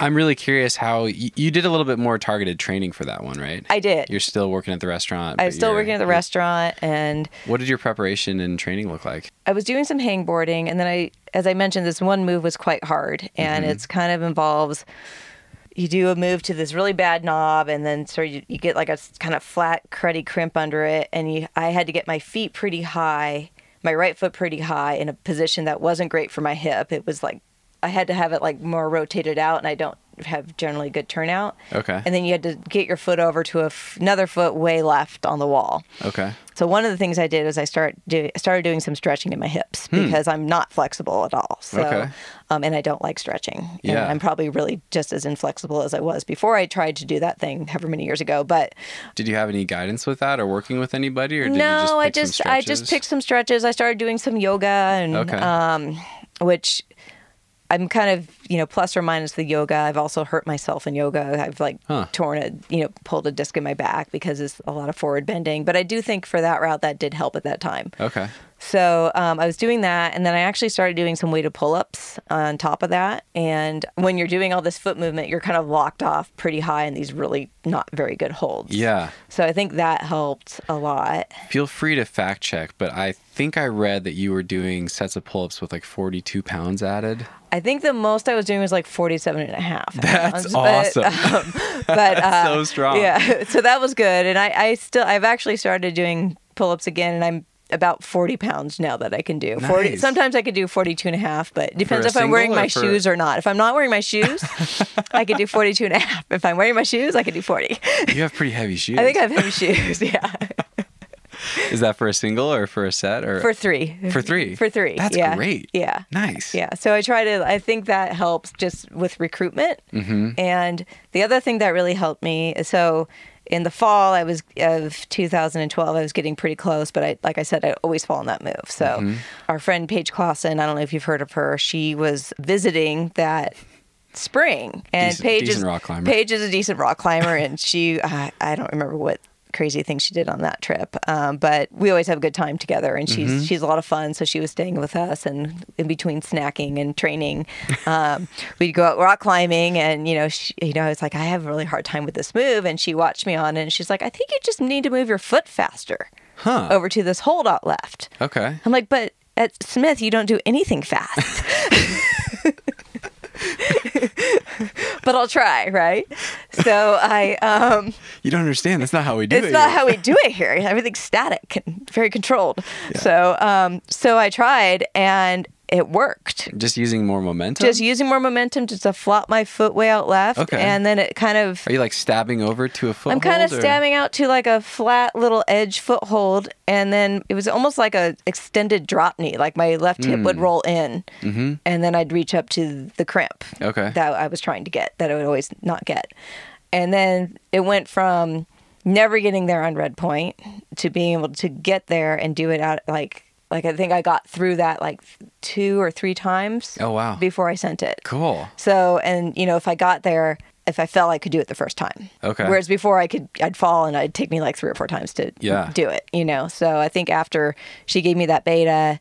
S1: I'm really curious how y- you did a little bit more targeted training for that one, right?
S3: I did.
S1: You're still working at the restaurant.
S3: I
S1: but
S3: was still
S1: you're-
S3: working at the restaurant and
S1: What did your preparation and training look like?
S3: I was doing some hangboarding, and then I, as I mentioned, this one move was quite hard, and it's kind of involves you do a move to this really bad knob, and then sort of you, you get like a s- kind of flat, cruddy crimp under it, and you, I had to get my feet pretty high, my right foot pretty high, in a position that wasn't great for my hip. It was like I had to have it like more rotated out, and I don't have generally good turnout.
S1: Okay.
S3: And then you had to get your foot over to a f- another foot way left on the wall.
S1: Okay.
S3: So one of the things I did is I start do, started doing some stretching in my hips because I'm not flexible at all. So,
S1: Hmm. Okay.
S3: um, and I don't like stretching. And
S1: Yeah.
S3: I'm probably really just as inflexible as I was before I tried to do that thing however many years ago. But
S1: Did you have any guidance with that or working with anybody or did you just
S3: no,
S1: pick
S3: I
S1: some
S3: just I just
S1: stretches?
S3: picked some stretches. I started doing some yoga and
S1: Okay.
S3: um, which I'm kind of you know plus or minus the yoga. I've also hurt myself in yoga. I've like
S1: Huh.
S3: torn a you know pulled a disc in my back because it's a lot of forward bending. But I do think for that route that did help at that time.
S1: Okay.
S3: So um, I was doing that, and then I actually started doing some weighted pull ups on top of that. And when you're doing all this foot movement, you're kind of locked off pretty high in these really not very good holds.
S1: Yeah.
S3: So I think that helped a lot.
S1: Feel free to fact check, but I think I read that you were doing sets of pull ups with like 42 pounds added.
S3: I think the most I was doing was like 47 and a half.
S1: That's
S3: pounds, but- um,
S1: awesome.
S3: but uh,
S1: so strong.
S3: Yeah, so that was good, and I, I still I've actually started doing pull-ups again, and I'm about 40 pounds now that I can do. 40
S1: Nice.
S3: sometimes I could do 42 and a half, but it depends
S1: a
S3: if I'm wearing
S1: single or
S3: my
S1: for-
S3: shoes or not. If I'm not wearing my shoes, I could do 42 and a half. If I'm wearing my shoes, I could do 40.
S1: You have pretty heavy shoes.
S3: I think I have heavy shoes, yeah.
S1: Is that for a single or for a set or
S3: For 3.
S1: for three?
S3: For 3.
S1: That's
S3: yeah.
S1: great.
S3: Yeah.
S1: Nice.
S3: Yeah. So I try to, I think that helps just with recruitment.
S1: Mm-hmm.
S3: And the other thing that really helped me, so in the fall I was of 2012, I was getting pretty close, but I, like I said, I always fall in that move. So
S1: Mm-hmm.
S3: our friend Paige Clausen, I don't know if you've heard of her, she was visiting that spring and
S1: Decent-
S3: Paige is
S1: decent rock climber.
S3: Paige is a decent rock climber, and she I I don't remember what crazy thing she did on that trip, um, but we always have a good time together, and she's she's a lot of fun. So she was staying with us, and in between snacking and training, um, we'd go out rock climbing, and you know, she, you know, I was like, I have a really hard time with this move, and she watched me on, it, and she's like, I think you just need to move your foot faster
S1: Huh.
S3: over to this holdout left.
S1: Okay.
S3: I'm like, but at Smith, you don't do anything fast. but I'll try, right? So I, um,
S1: You don't understand. That's not how we do
S3: it's
S1: it.
S3: not
S1: here.
S3: how we do it here. Everything's static and very controlled. So, um, so I tried and it worked.
S1: Just using more momentum.
S3: Just using more momentum, just to flop my foot way out left,
S1: Okay.
S3: and then it kind of
S1: Are you like stabbing over to a foot?
S3: I'm kind of stabbing out to like a flat little edge foothold, and then it was almost like a extended drop knee. Like my left hip
S1: Hmm.
S3: would roll in, and then I'd reach up to the cramp
S1: Mm-hmm. Okay.
S3: that I was trying to get, that I would always not get. And then it went from never getting there on red point to being able to get there and do it out like like I think I got through that like two or three times.
S1: Oh, wow.
S3: Before I sent it.
S1: Cool.
S3: So, and you know, if I got there, if I fell, I could do it the first time.
S1: Okay.
S3: Whereas before, I could, I'd fall and it'd take me like three or four times to
S1: Yeah.
S3: do it. You know, so I think after she gave me that beta,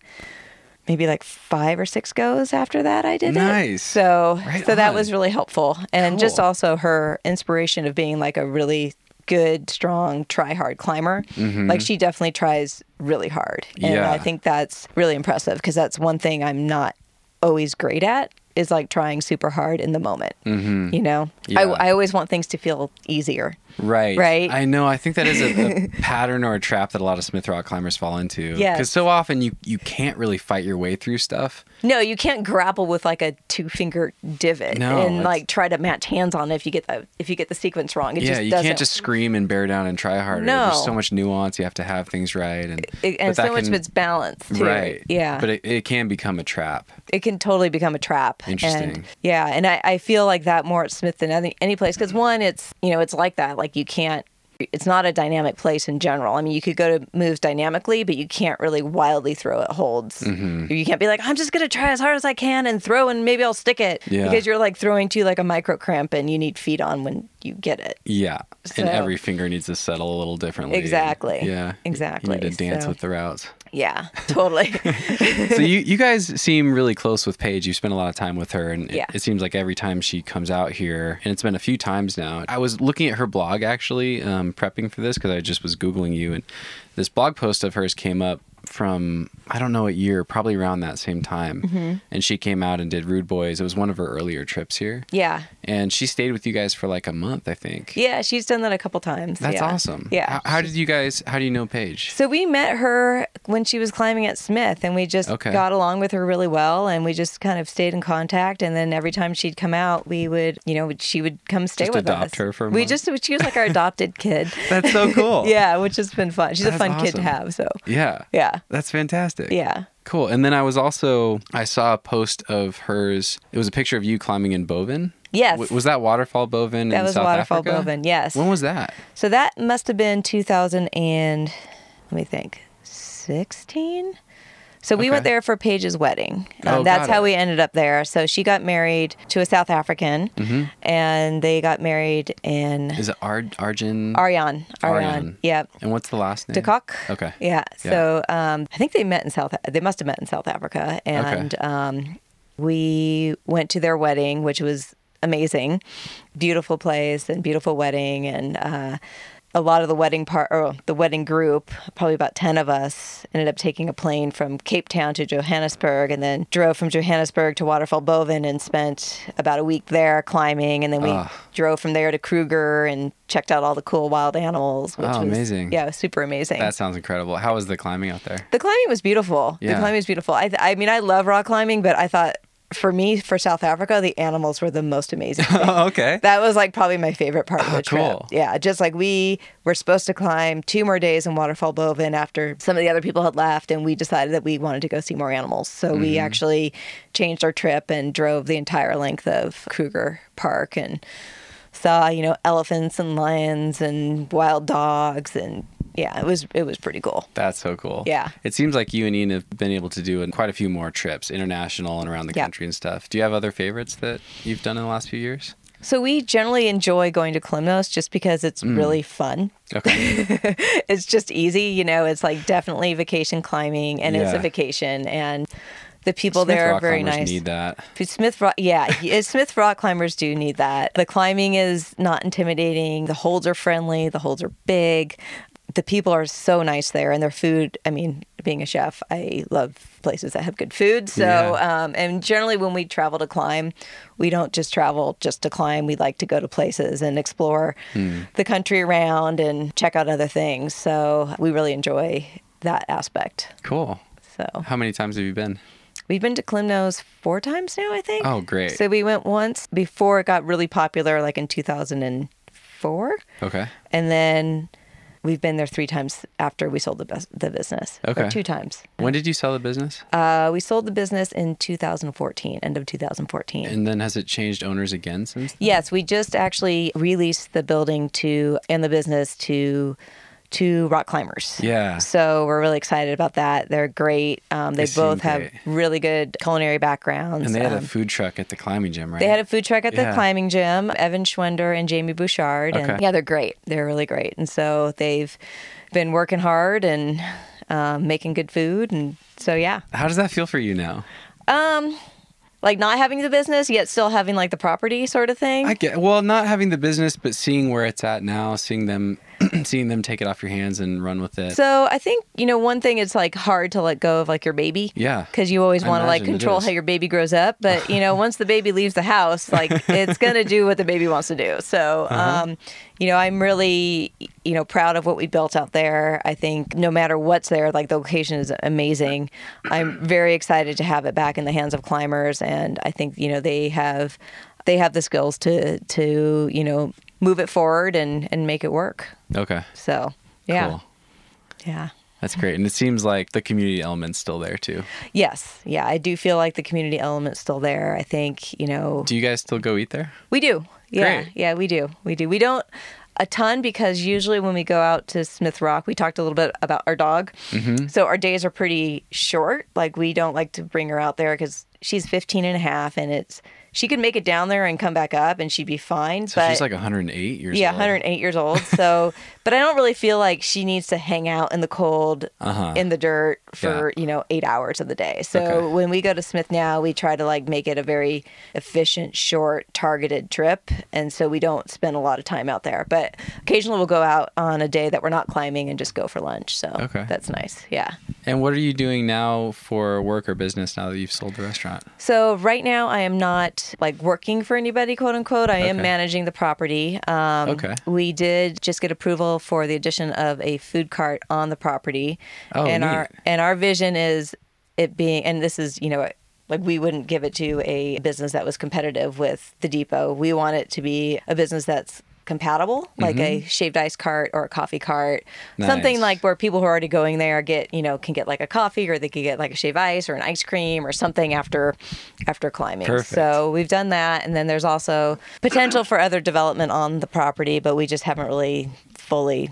S3: maybe like five or six goes after that, I did it.
S1: Nice.
S3: So,
S1: Right
S3: so that
S1: on.
S3: was really helpful, and just
S1: Cool.
S3: also her inspiration of being like a really good, strong, try hard climber. Like she definitely tries really hard, and
S1: Mm-hmm. Yeah.
S3: I think that's really impressive because that's one thing I'm not always great at is like trying super hard in the moment. Mm-hmm. You know,
S1: Yeah.
S3: I, I always want things to feel easier.
S1: Right.
S3: Right?
S1: I know. I think that is a, a pattern or a trap that a lot of Smith Rock climbers fall into.
S3: Yes.
S1: Because so often you, you can't really fight your way through stuff.
S3: No, you can't grapple with like a two finger divot
S1: No,
S3: and
S1: it's-
S3: like try to match hands on it if you get the if you get the sequence wrong. It
S1: yeah.
S3: just
S1: You
S3: doesn't.
S1: can't just scream and bear down and try harder. There's
S3: No.
S1: so much nuance. You have to have things right. And,
S3: It-
S1: but
S3: and
S1: that
S3: so much
S1: can-
S3: of it's balance too.
S1: Right.
S3: Yeah.
S1: But it, it can become a trap.
S3: it can totally become a trap.
S1: Interesting.
S3: And, yeah, and I, I feel like that more at Smith than any, any place because one, it's you know, it's like that. Like you can't. It's not a dynamic place in general. I mean, you could go to moves dynamically, but you can't really wildly throw at holds.
S1: Mm-hmm.
S3: You can't be like, I'm just gonna try as hard as I can and throw, and maybe I'll stick it
S1: Yeah.
S3: because you're like throwing to like a micro cramp, and you need feet on when you get it.
S1: Yeah. and
S3: So-
S1: every finger needs to settle a little differently.
S3: Exactly.
S1: Yeah.
S3: Exactly.
S1: You need to dance
S3: So-
S1: with the routes.
S3: Yeah, totally.
S1: so you, you guys seem really close with Paige. You spent a lot of time with her, and it-
S3: Yeah.
S1: it, seems like every time she comes out here, and it's been a few times now. I was looking at her blog actually, um, prepping for this because I just was googling you, and this blog post of hers came up from I don't know what year, probably around that same time,
S3: Mm-hmm.
S1: and she came out and did Rude Boys. It was one of her earlier trips here,
S3: yeah,
S1: and she stayed with you guys for like a month, I think.
S3: yeah. She's done that a couple times.
S1: That's
S3: yeah.
S1: awesome.
S3: Yeah.
S1: How, how did you guys? How do you know Paige?
S3: So we met her when she was climbing at Smith, and we just
S1: Okay.
S3: got along with her really well, and we just kind of stayed in contact. And then every time she'd come out, we would, you know, she would come stay
S1: Just
S3: with
S1: adopt
S3: us.
S1: her for a
S3: we
S1: month?
S3: just she was like our adopted kid.
S1: That's so cool.
S3: yeah, which has been fun. She's
S1: That's
S3: a fun kid to
S1: awesome.
S3: have. So
S1: Yeah.
S3: Yeah.
S1: That's fantastic.
S3: yeah,
S1: Cool. And then I was also I saw a post of hers. It was a picture of you climbing in Boven.
S3: Yes.
S1: W- was that waterfall Boven?
S3: that
S1: in
S3: was
S1: South
S3: waterfall
S1: Africa?
S3: Boven. Yes.
S1: When was that?
S3: so that must have been 2000 and let me think, 16. So we went
S1: Okay.
S3: there for Paige's wedding. Um,
S1: Oh,
S3: that's
S1: got
S3: how
S1: it.
S3: we ended up there. So she got married to a South African, and they got married in
S1: Mm-hmm. Is it Ar- Arjun?
S3: Ariane.
S1: Ariane.
S3: Ariane. Yep.
S1: and what's the last name?
S3: De Kock.
S1: Mm. Okay.
S3: Yeah.
S1: Yeah.
S3: So um, I think they met in South. They must have met in South Africa, and um, we went to their wedding, which was amazing, beautiful place and beautiful wedding, and uh, a lot of the wedding part or the wedding group, probably about ten of us, ended up taking a plane from Cape Town to Johannesburg, and then drove from Johannesburg to Waterfall Boven, and spent about a week there climbing, and then we
S1: Ah.
S3: drove from there to Kruger and checked out all the cool wild animals. Which
S1: Oh,
S3: was,
S1: amazing.
S3: Yeah, it was super amazing.
S1: That sounds incredible. How was the climbing out there?
S3: The climbing was beautiful.
S1: Yeah.
S3: The climbing was beautiful. I, th- I mean, I love rock climbing, but I thought for me, for South Africa, the animals were the most amazing. thing.
S1: Oh, okay.
S3: that was like probably my favorite part of the trip.
S1: Oh, cool.
S3: Yeah, just like we were supposed to climb two more days in Waterfall Boven after some of the other people had left, and we decided that we wanted to go see more animals. So
S1: Mm-hmm.
S3: we actually changed our trip and drove the entire length of Kruger Park and saw you know elephants and lions and wild dogs and yeah, it was it was pretty cool.
S1: That's so cool.
S3: Yeah.
S1: It seems like you and Ian have been able to do quite a few more trips, international and around the
S3: Yeah.
S1: country and stuff. Do you have other favorites that you've done in the last few years?
S3: So we generally enjoy going to Clemnos just because it's
S1: Mm.
S3: really fun.
S1: Okay.
S3: It's just easy, you know. It's like definitely vacation climbing, and it's
S1: Yeah.
S3: a vacation, and the people
S1: Smith
S3: there are
S1: rock
S3: very
S1: climbers
S3: nice.
S1: Need that.
S3: Smith Rock, yeah, y- Smith Rock climbers do need that. The climbing is not intimidating. The holds are friendly. The holds are big. The people are so nice there, and their food. I mean, being a chef, I love places that have good food. So,
S1: Yeah.
S3: um, and generally when we travel to climb, we don't just travel just to climb. We like to go to places and explore the country around and check out other things. So we really enjoy that aspect.
S1: Cool.
S3: So
S1: How many times have you been?
S3: We've been to Klimnos four times now, I think.
S1: Oh, great.
S3: So we went once before it got really popular, like in 2004.
S1: Okay.
S3: And then we've been there three times after we sold the, bus- the business. Or
S1: Okay.
S3: two times.
S1: When did you sell the business?
S3: Uh, we sold the business in 2014, end of 2014.
S1: And then has it changed owners again since? then?
S3: Yes, we just actually released the building to and the business to to rock climbers.
S1: Yeah.
S3: So we're really excited about that. They're great. Um, they,
S1: They seem
S3: both have
S1: great.
S3: really good culinary backgrounds.
S1: And they had
S3: Um,
S1: a food truck at the climbing gym, right?
S3: They had a food truck at the
S1: Yeah.
S3: climbing gym, Evan Schwender and Jamie Bouchard.
S1: Okay.
S3: And yeah, they're great. They're really great. And so they've been working hard and um, making good food. And so, yeah,
S1: How does that feel for you now?
S3: like not having the business yet still having like the property sort of thing.
S1: I get well, not having the business, but seeing where it's at now, seeing them, seeing them take it off your hands and run with it.
S3: so I think, you know, one thing it's like hard to let go of like your baby.
S1: Yeah.
S3: Because you always
S1: I
S3: want to like
S1: imagine it
S3: control
S1: is.
S3: how your baby grows up. But, you know, once the baby leaves the house, like it's going to do what the baby wants to do. So,
S1: Uh-huh.
S3: um, you know, I'm really, you know, proud of what we built out there. I think no matter what's there, like the location is amazing. I'm very excited to have it back in the hands of climbers. And I think, you know, they have. They have the skills to to you know move it forward and and make it work.
S1: okay.
S3: So yeah,
S1: Cool.
S3: yeah.
S1: That's great. And it seems like the community element's still there too.
S3: Yes. Yeah. I do feel like the community element's still there. I think, you know,
S1: Do you guys still go eat there?
S3: we do. Yeah.
S1: Great.
S3: Yeah. We do. We do. We don't a ton because usually when we go out to Smith Rock, we talked a little bit about our dog.
S1: Mm-hmm.
S3: So our days are pretty short. Like we don't like to bring her out there because she's 15 and a half and it's, she could make it down there and come back up and she'd be fine.
S1: So
S3: but
S1: she's like 108 years
S3: yeah,
S1: old.
S3: 108 years old. So, but I don't really feel like she needs to hang out in the cold,
S1: Uh-huh.
S3: in the dirt for you know eight hours of the day. So
S1: Okay.
S3: when we go to Smith now, we try to like make it a very efficient, short, targeted trip, and so we don't spend a lot of time out there. But occasionally we'll go out on a day that we're not climbing and just go for lunch. So
S1: Okay.
S3: that's nice. Yeah.
S1: And what are you doing now for work or business now that you've sold the restaurant?
S3: So right now I am not like working for anybody, quote unquote. I am
S1: Okay.
S3: managing the property. Um,
S1: Okay.
S3: We did just get approval for the addition of a food cart on the property,
S1: Oh,
S3: and our
S1: neat.
S3: and our vision is it being and this is you know. Like we wouldn't give it to a business that was competitive with the depot. We want it to be a business that's compatible, like a shaved ice cart or a coffee cart, something
S1: Mm-hmm. Nice.
S3: like where people who are already going there get you know can get like a coffee or they could get like a shave ice or an ice cream or something after after climbing
S1: Perfect.
S3: so we've done that and then there's also potential for other development on the property but we just haven't really fully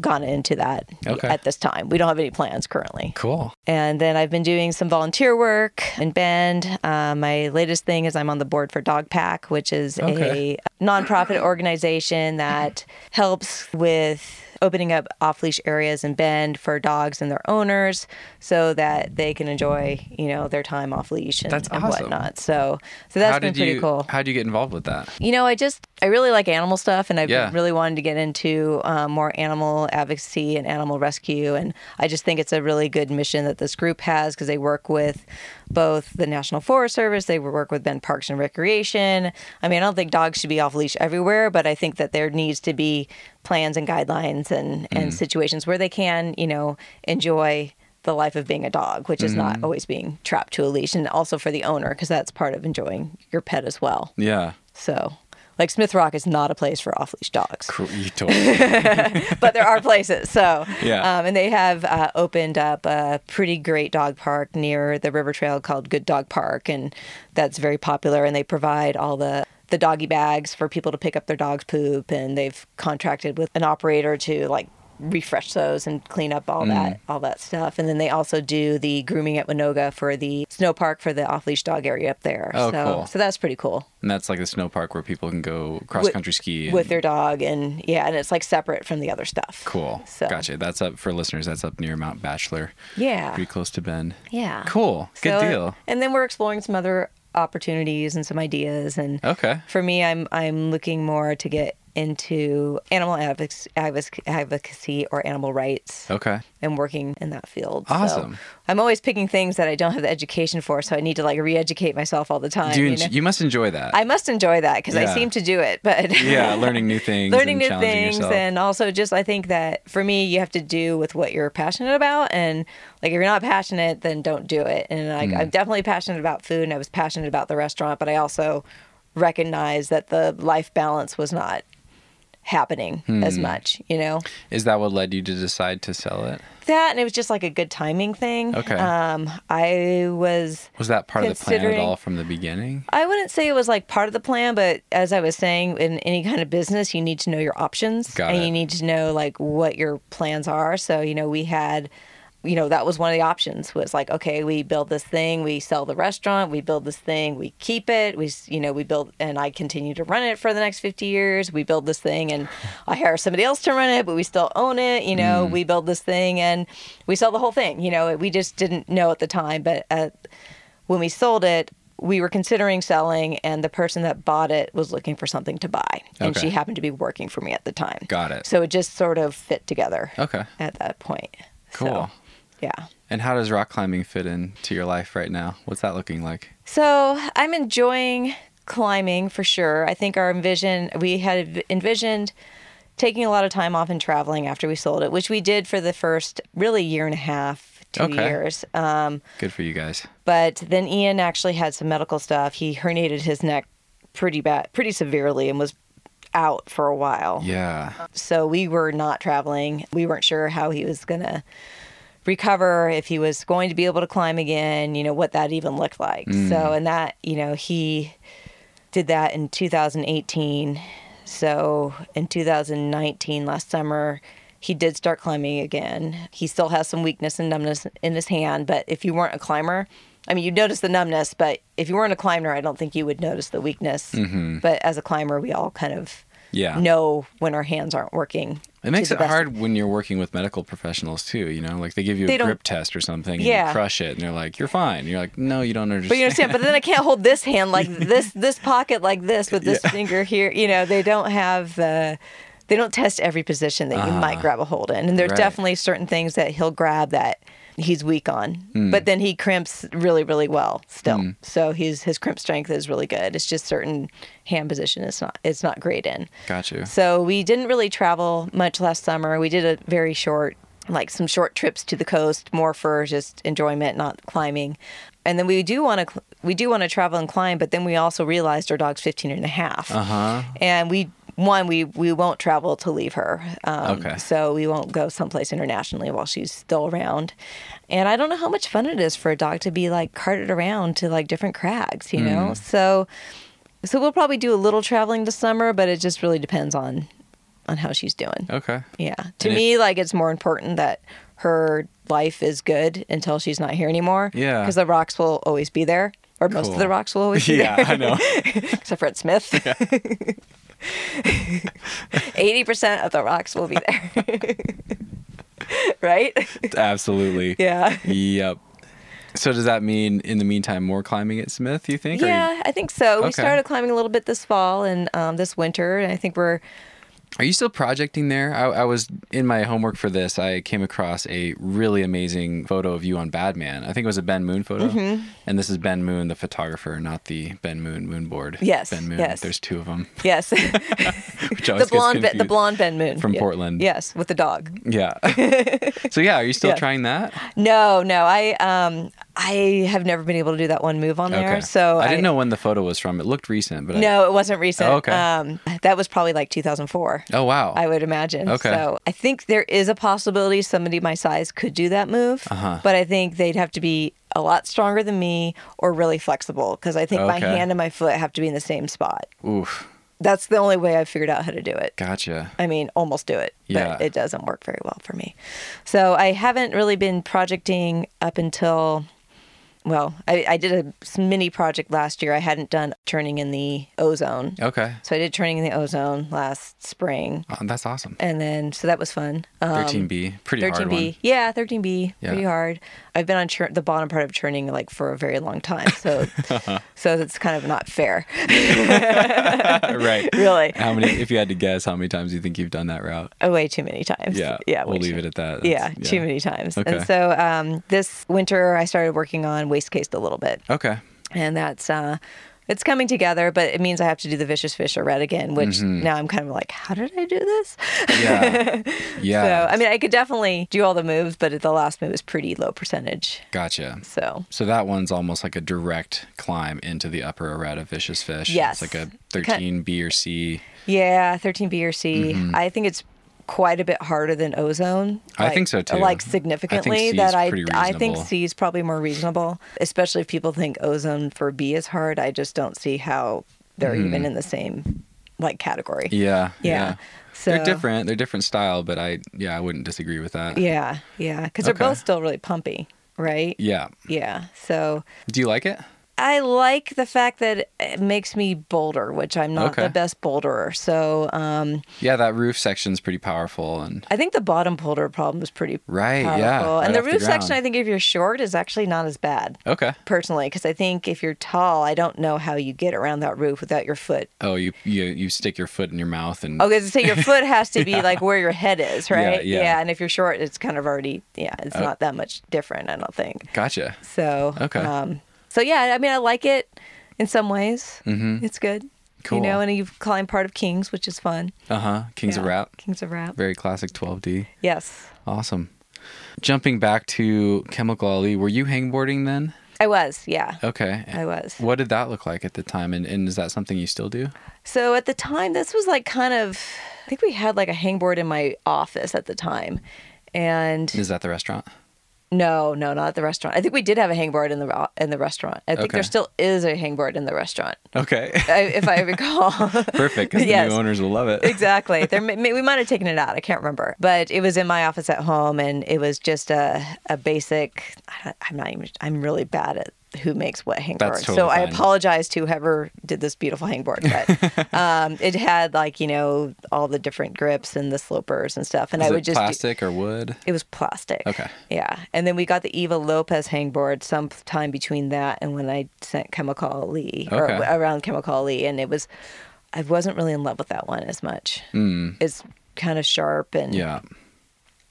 S3: gone into that
S1: Okay.
S3: at this time. We don't have any plans currently.
S1: Cool.
S3: And then I've been doing some volunteer work in Bend. Uh, my latest thing is I'm on the board for Dog Pack, which is
S1: Okay.
S3: a nonprofit organization that helps with opening up off leash areas in Bend for dogs and their owners so that they can enjoy, you know, their time off leash and,
S1: That's
S3: and
S1: awesome.
S3: whatnot. So so that's
S1: how
S3: been
S1: did
S3: pretty
S1: you
S3: cool.
S1: how did you get involved with that?
S3: You know, I just I really like animal stuff, and I've
S1: Yeah.
S3: been really wanted to get into um, more animal advocacy and animal rescue, and I just think it's a really good mission that this group has because they work with both the National Forest Service, they work with Ben Parks and Recreation. I mean, I don't think dogs should be off leash everywhere, but I think that there needs to be plans and guidelines and and situations where they can, you know, enjoy. The life of being a dog, which is not always being trapped to a leash, and also for the owner, because that's part of enjoying your pet as well.
S1: Yeah.
S3: So, like Smith Rock is not a place for off-leash dogs,
S1: Cool. You totally.
S3: but there are places. So,
S1: Yeah.
S3: um, and they have uh, opened up a pretty great dog park near the river trail called Good Dog Park, and that's very popular. And they provide all the the doggy bags for people to pick up their dog's poop, and they've contracted with an operator to like refresh those and clean up
S1: Mm.
S3: all that all that stuff and then they also do the grooming at Winoga for the snow park for the off-leash dog area up there
S1: Oh,
S3: so
S1: cool.
S3: so that's pretty cool
S1: and that's like the snow park where people can go cross
S3: with-
S1: country ski and-
S3: with their dog and yeah and it's like separate from the other stuff
S1: Cool.
S3: So-
S1: Gotcha. That's up for listeners. That's up near Mount Bachelor.
S3: yeah
S1: Pretty close to Bend.
S3: yeah
S1: Cool. Good
S3: Ah. So-
S1: deal.
S3: and then we're exploring some other opportunities and some ideas and
S1: Okay.
S3: for me i'm i'm looking more to get into animal advoc- advoc- advocacy or animal rights
S1: Okay.
S3: and working in that field So
S1: Oh. Awesome.
S3: i'm always picking things that i don't have the education for so i need to like re-educate myself all the time
S1: Do you,
S3: you
S1: enj-
S3: know?
S1: you must enjoy that.
S3: i must enjoy that because
S1: Yeah.
S3: i seem to do it but
S1: yeah, learning new things.
S3: learning
S1: and
S3: new
S1: challenging
S3: things
S1: yourself.
S3: and also just i think that for me you have to do with what you're passionate about and like if you're not passionate then don't do it and like
S1: Hmm.
S3: i'm definitely passionate about food and i was passionate about the restaurant but i also recognized that the life balance was not happening
S1: Hmm.
S3: as much you know
S1: Is that what led you to decide to sell it?
S3: that and it was just like a good timing thing
S1: Okay.
S3: um i was
S1: Was that part of the plan at
S3: Considering-
S1: all from the beginning?
S3: I wouldn't say it was like part of the plan, but as I was saying, in any kind of business, you need to know your options
S1: Got
S3: and
S1: it.
S3: you need to know like what your plans are. So, you know, we had, you know, that was one of the options was like, okay, we build this thing, we sell the restaurant, we build this thing, we keep it, we, s- you know, we build and I continue to run it for the next 50 years. We build this thing and I hire somebody else to run it, but we still own it. You
S1: Mm.
S3: know, we build this thing and we sell the whole thing. You know, we just didn't know at the time, but at, when we sold it, we were considering selling, and the person that bought it was looking for something to buy. And
S1: Okay.
S3: she happened to be working for me at the time.
S1: Got it.
S3: So it just sort of fit together
S1: Okay.
S3: at that point. So,
S1: Cool.
S3: yeah.
S1: And how does rock climbing fit into your life right now? What's that looking like?
S3: So I'm enjoying climbing for sure. I think our envision we had envisioned taking a lot of time off and traveling after we sold it, which we did for the first really year and a half, two
S1: Okay.
S3: years. Um,
S1: Good for you guys.
S3: But then Ian actually had some medical stuff. He herniated his neck pretty bad, pretty severely, and was out for a while.
S1: Yeah.
S3: So we were not traveling. We weren't sure how he was gonna recover, if he was going to be able to climb again. You know what that even looked like. So and that you know he did that in 2018. So in 2019, last summer, he did start climbing again. He still has some weakness and numbness in his hand, but if you weren't a climber, I mean, you'd notice the numbness, but if you weren't a climber, I don't think you would notice the weakness. But as a climber, we all kind of
S1: Yeah.
S3: know when our hands aren't working.
S1: It makes
S3: to
S1: it
S3: the best-
S1: hard when you're working with medical professionals too. You know, like they give you
S3: They
S1: a
S3: don't-
S1: grip test or something, and you
S3: Yeah.
S1: crush it, and they're like, "You're fine." And you're like, "No, you don't understand."
S3: But you understand. but then I can't hold this hand like this, this pocket like this with this finger here. You know, they don't have the. They don't test every position that you might grab a hold in, and there's
S1: Ah. Right.
S3: definitely certain things that he'll grab that he's weak on.
S1: Hmm.
S3: But then he crimps really, really well still. So he's his crimp strength is really good. It's just certain hand position it's not it's not great in.
S1: Got you.
S3: So we didn't really travel much last summer. We did a very short, like some short trips to the coast, more for just enjoyment, not climbing. And then we do want to we do want to travel and climb, but then we also realized our dog's 15 and a half.
S1: Uh-huh.
S3: And we one we we won't travel to leave her. Um,
S1: Okay.
S3: So we won't go someplace internationally while she's still around. And I don't know how much fun it is for a dog to be like carted around to like different crags, you
S1: Hmm.
S3: know. So so we'll probably do a little traveling this summer, but it just really depends on on how she's doing.
S1: Okay.
S3: Yeah.
S1: Oh.
S3: To
S1: And it-
S3: me, like it's more important that her life is good until she's not here anymore.
S1: Yeah.
S3: Because the rocks will always be there, or most
S1: Cool.
S3: of the rocks will always be
S1: Yeah,
S3: there.
S1: I know.
S3: Except for at Smith. Eighty percent of the rocks will be there. right?
S1: Absolutely.
S3: Yeah.
S1: Yep. So does that mean in the meantime more climbing at Smith? You think? Or you-
S3: Yeah, I think so.
S1: Okay.
S3: We started climbing a little bit this fall and um, this winter, and I think we're
S1: Are you still projecting there? I, I was in my homework for this. I came across a really amazing photo of you on Badman. I think it was a Ben Moon photo.
S3: Mm-hmm.
S1: And this is Ben Moon, the photographer, not the Ben Moon moonboard.
S3: Yes,
S1: Ben Moon.
S3: yes.
S1: There's two of them.
S3: yes, the blonde, ben, the blonde Ben Moon
S1: From
S3: Yeah.
S1: Portland.
S3: Yes, with the dog.
S1: Yeah. so yeah, are you still
S3: Yeah.
S1: trying that?
S3: No, no. I um I have never been able to do that one move on there. So
S1: I, didn't know when the photo was from. It looked recent, but I-
S3: No, it wasn't recent.
S1: Oh, okay.
S3: Um that was probably like 2004.
S1: oh wow.
S3: I would imagine.
S1: Okay.
S3: So I think there is a possibility somebody my size could do that move,
S1: Uh-huh.
S3: but I think they'd have to be a lot stronger than me or really flexible because I think my
S1: Okay.
S3: hand and my foot have to be in the same spot.
S1: Oof.
S3: That's the only way I figured out how to do it.
S1: Gotcha.
S3: I mean, almost do it,
S1: Yeah.
S3: but it doesn't work very well for me. So I haven't really been projecting up until, well, I, I did a s- mini project last year. I hadn't done turning in the ozone.
S1: Okay.
S3: So I did turning in the ozone last spring.
S1: Oh, that's awesome.
S3: And then, so that was fun. Um,
S1: 13B. Pretty hard
S3: 13B.
S1: one.
S3: Yeah, 13B.
S1: Yeah.
S3: Pretty hard. I've been on chur- the bottom part of churning like for a very long time. So, so that's kind of not fair,
S1: right.
S3: really.
S1: How many? If you had to guess, how many times do you think you've done that route?
S3: Oh, way too many times.
S1: Yeah.
S3: Yeah.
S1: We'll
S3: way
S1: leave
S3: too-
S1: it at that.
S3: yeah,
S1: That's-
S3: too many times.
S1: Okay.
S3: And so um, this winter, I started working on waste case a little bit,
S1: Okay.
S3: and that's uh, it's coming together. But it means I have to do the vicious fish or red again, which
S1: Mm-hmm.
S3: now I'm kind of like, how did I do this?
S1: Yeah. Yeah.
S3: So I mean, I could definitely do all the moves, but the last move is pretty low percentage.
S1: gotcha.
S3: So
S1: So that one's almost like a direct climb into the upper errata vicious fish.
S3: Yes.
S1: It's like a
S3: It
S1: 13
S3: kin-
S1: B or C.
S3: yeah, 13B or C. I think it's quite a bit harder than ozone.
S1: Mm-hmm. I think so, too. I
S3: Like
S1: think
S3: significantly
S1: C is
S3: that I
S1: pretty
S3: I think
S1: reasonable.
S3: C is probably more reasonable, especially if people think ozone for B is hard. I just don't see how they're even in the same like category.
S1: Mm-hmm. Yeah.
S3: Yeah.
S1: They're
S3: So-
S1: different. They're different style, but I yeah I wouldn't disagree with that.
S3: Yeah, yeah, because
S1: Okay.
S3: they're both still really pumpy, right?
S1: Yeah.
S3: Yeah. So
S1: Do you like it?
S3: I like the fact that it makes me bolder, which I'm not
S1: Okay.
S3: the best boulderer. So um,
S1: Yeah, that roof section's pretty powerful and
S3: I think the bottom boulder problem is pretty
S1: Right,
S3: powerful.
S1: yeah, right
S3: and the
S1: off the
S3: roof section,
S1: ground.
S3: I think if you're short, is actually not as bad.
S1: okay.
S3: Personally, because I think if you're tall, I don't know how you get around that roof without your foot
S1: Oh, you you you stick your foot in your mouth and
S3: Oh, because so your foot has to be like where your head is, right?
S1: Mm. yeah.
S3: And if you're short, it's kind of already, yeah, it's not that much different, I don't think.
S1: gotcha.
S3: So,
S1: Okay.
S3: Um, so yeah, I mean, I like it in some ways. Mm-hmm. It's good.
S1: Cool.
S3: You know, and you've climbed part of Kings, which is fun.
S1: Uh huh. Kings of
S3: Yeah.
S1: Rap,
S3: Kings of Rap.
S1: very classic 12D.
S3: Yes,
S1: Awesome. Jumping back to Chemical Ali, were you hangboarding then?
S3: I was. Yeah.
S1: Okay.
S3: I was.
S1: What did that look like at the time? And, and is that something you still do?
S3: So at the time, this was like kind of, I think we had like a hangboard in my office at the time. And
S1: Is that the restaurant?
S3: No, no, not at the restaurant. I think we did have a hangboard in the in the restaurant. I think
S1: Okay.
S3: there still is a hangboard in the restaurant,
S1: Okay.
S3: I- if I recall.
S1: Perfect. 'cause the
S3: Yes.
S1: new owners will love it.
S3: exactly. There, may- may- we might have taken it out. I can't remember, but it was in my office at home, and it was just a a basic. I don't- I'm not even. I'm really bad at who makes what hangboard,
S1: That's totally
S3: so I
S1: fine.
S3: apologize to whoever did this beautiful hangboard. But um, it had like you know all the different grips and the slopers and stuff, and
S1: Is
S3: I
S1: it
S3: would just do-
S1: plastic or wood?
S3: it was plastic.
S1: Okay.
S3: Yeah. And then we got the Eva Lopez hangboard sometime between that and when I sent Chemical Ali or
S1: Okay.
S3: around Chemical Ali. And it was, I wasn't really in love with that one as much. It's kind of sharp and
S1: Mm. Yeah.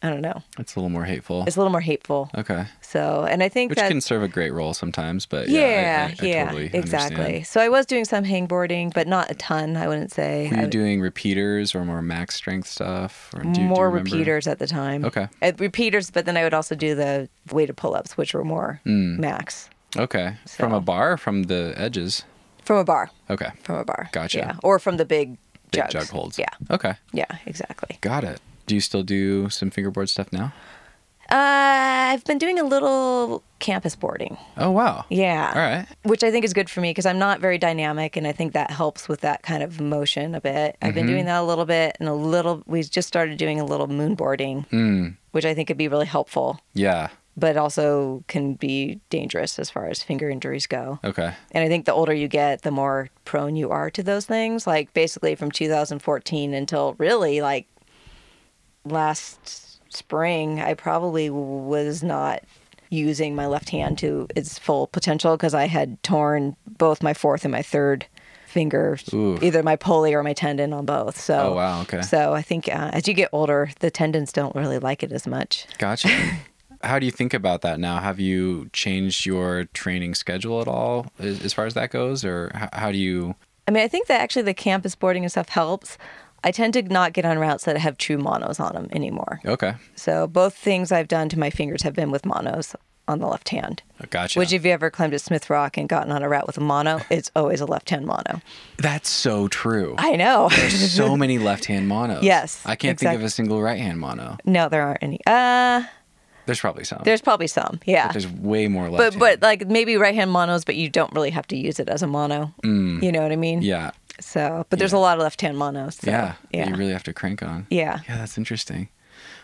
S3: I don't know.
S1: It's a little more hateful.
S3: It's a little more hateful.
S1: Okay.
S3: So, and I think
S1: Uh, Which
S3: that.
S1: can serve a great role sometimes, but yeah, I-
S3: yeah,
S1: I, I
S3: yeah,
S1: totally
S3: exactly.
S1: Understand.
S3: So I was doing some hangboarding, but not a ton, I wouldn't say.
S1: Were
S3: I-
S1: you doing repeaters or more max strength stuff? Or do you- do you
S3: more
S1: remember?
S3: repeaters at the time.
S1: Okay.
S3: Uh, repeaters, but then I would also do the weighted pull ups, which were more
S1: Mm.
S3: max
S1: Okay. From a
S3: So-
S1: bar, or from the edges.
S3: from a bar.
S1: Okay.
S3: from a bar.
S1: Gotcha.
S3: Yeah. Or from the big,
S1: Big
S3: jugs.
S1: jug holds.
S3: Yeah.
S1: Okay.
S3: Yeah, exactly.
S1: Got it. Do you still do some fingerboard stuff now?
S3: Uh, I've been doing a little campus boarding.
S1: Oh wow.
S3: Yeah.
S1: All right.
S3: Which I think is good for me because I'm not very dynamic, and I think that helps with that kind of motion a bit. I've
S1: Mm-hmm.
S3: been doing that a little bit, and a little. We just started doing a little moon boarding, which I think could be really helpful,
S1: Mm, Yeah.
S3: but also can be dangerous as far as finger injuries go.
S1: Okay.
S3: And I think the older you get, the more prone you are to those things. Like basically from 2014 until really like last spring, I probably was not using my left hand to its full potential because I had torn both my fourth and my third finger,
S1: Ooh.
S3: either my pulley or my tendon on both. So,
S1: Oh, wow, okay.
S3: So I think uh, as you get older, the tendons don't really like it as much.
S1: Gotcha. How do you think about that now? Have you changed your training schedule at all as, as far as that goes, or how, how do you?
S3: I mean, I think that actually the campus boarding and stuff helps. I tend to not get on routes that have true monos on them anymore.
S1: Okay.
S3: So both things I've done to my fingers have been with monos on the left hand.
S1: Gotcha.
S3: Which, if you ever climbed at Smith Rock and gotten on a route with a mono, it's always a left hand mono.
S1: That's so true.
S3: I know.
S1: so many left-hand monos.
S3: Yes,
S1: I can't think of
S3: exact-
S1: a single right-hand mono.
S3: no, there aren't any. Uh,
S1: There's probably some.
S3: there's probably some. Yeah.
S1: There's way more left.
S3: But but like maybe right hand monos, but you don't really have to use it as a mono. You know what I mean?
S1: Mm. yeah,
S3: So, but there's
S1: Yeah.
S3: a lot of left hand monos. so,
S1: yeah,
S3: Yeah.
S1: You really have to crank on.
S3: yeah.
S1: Yeah, that's interesting.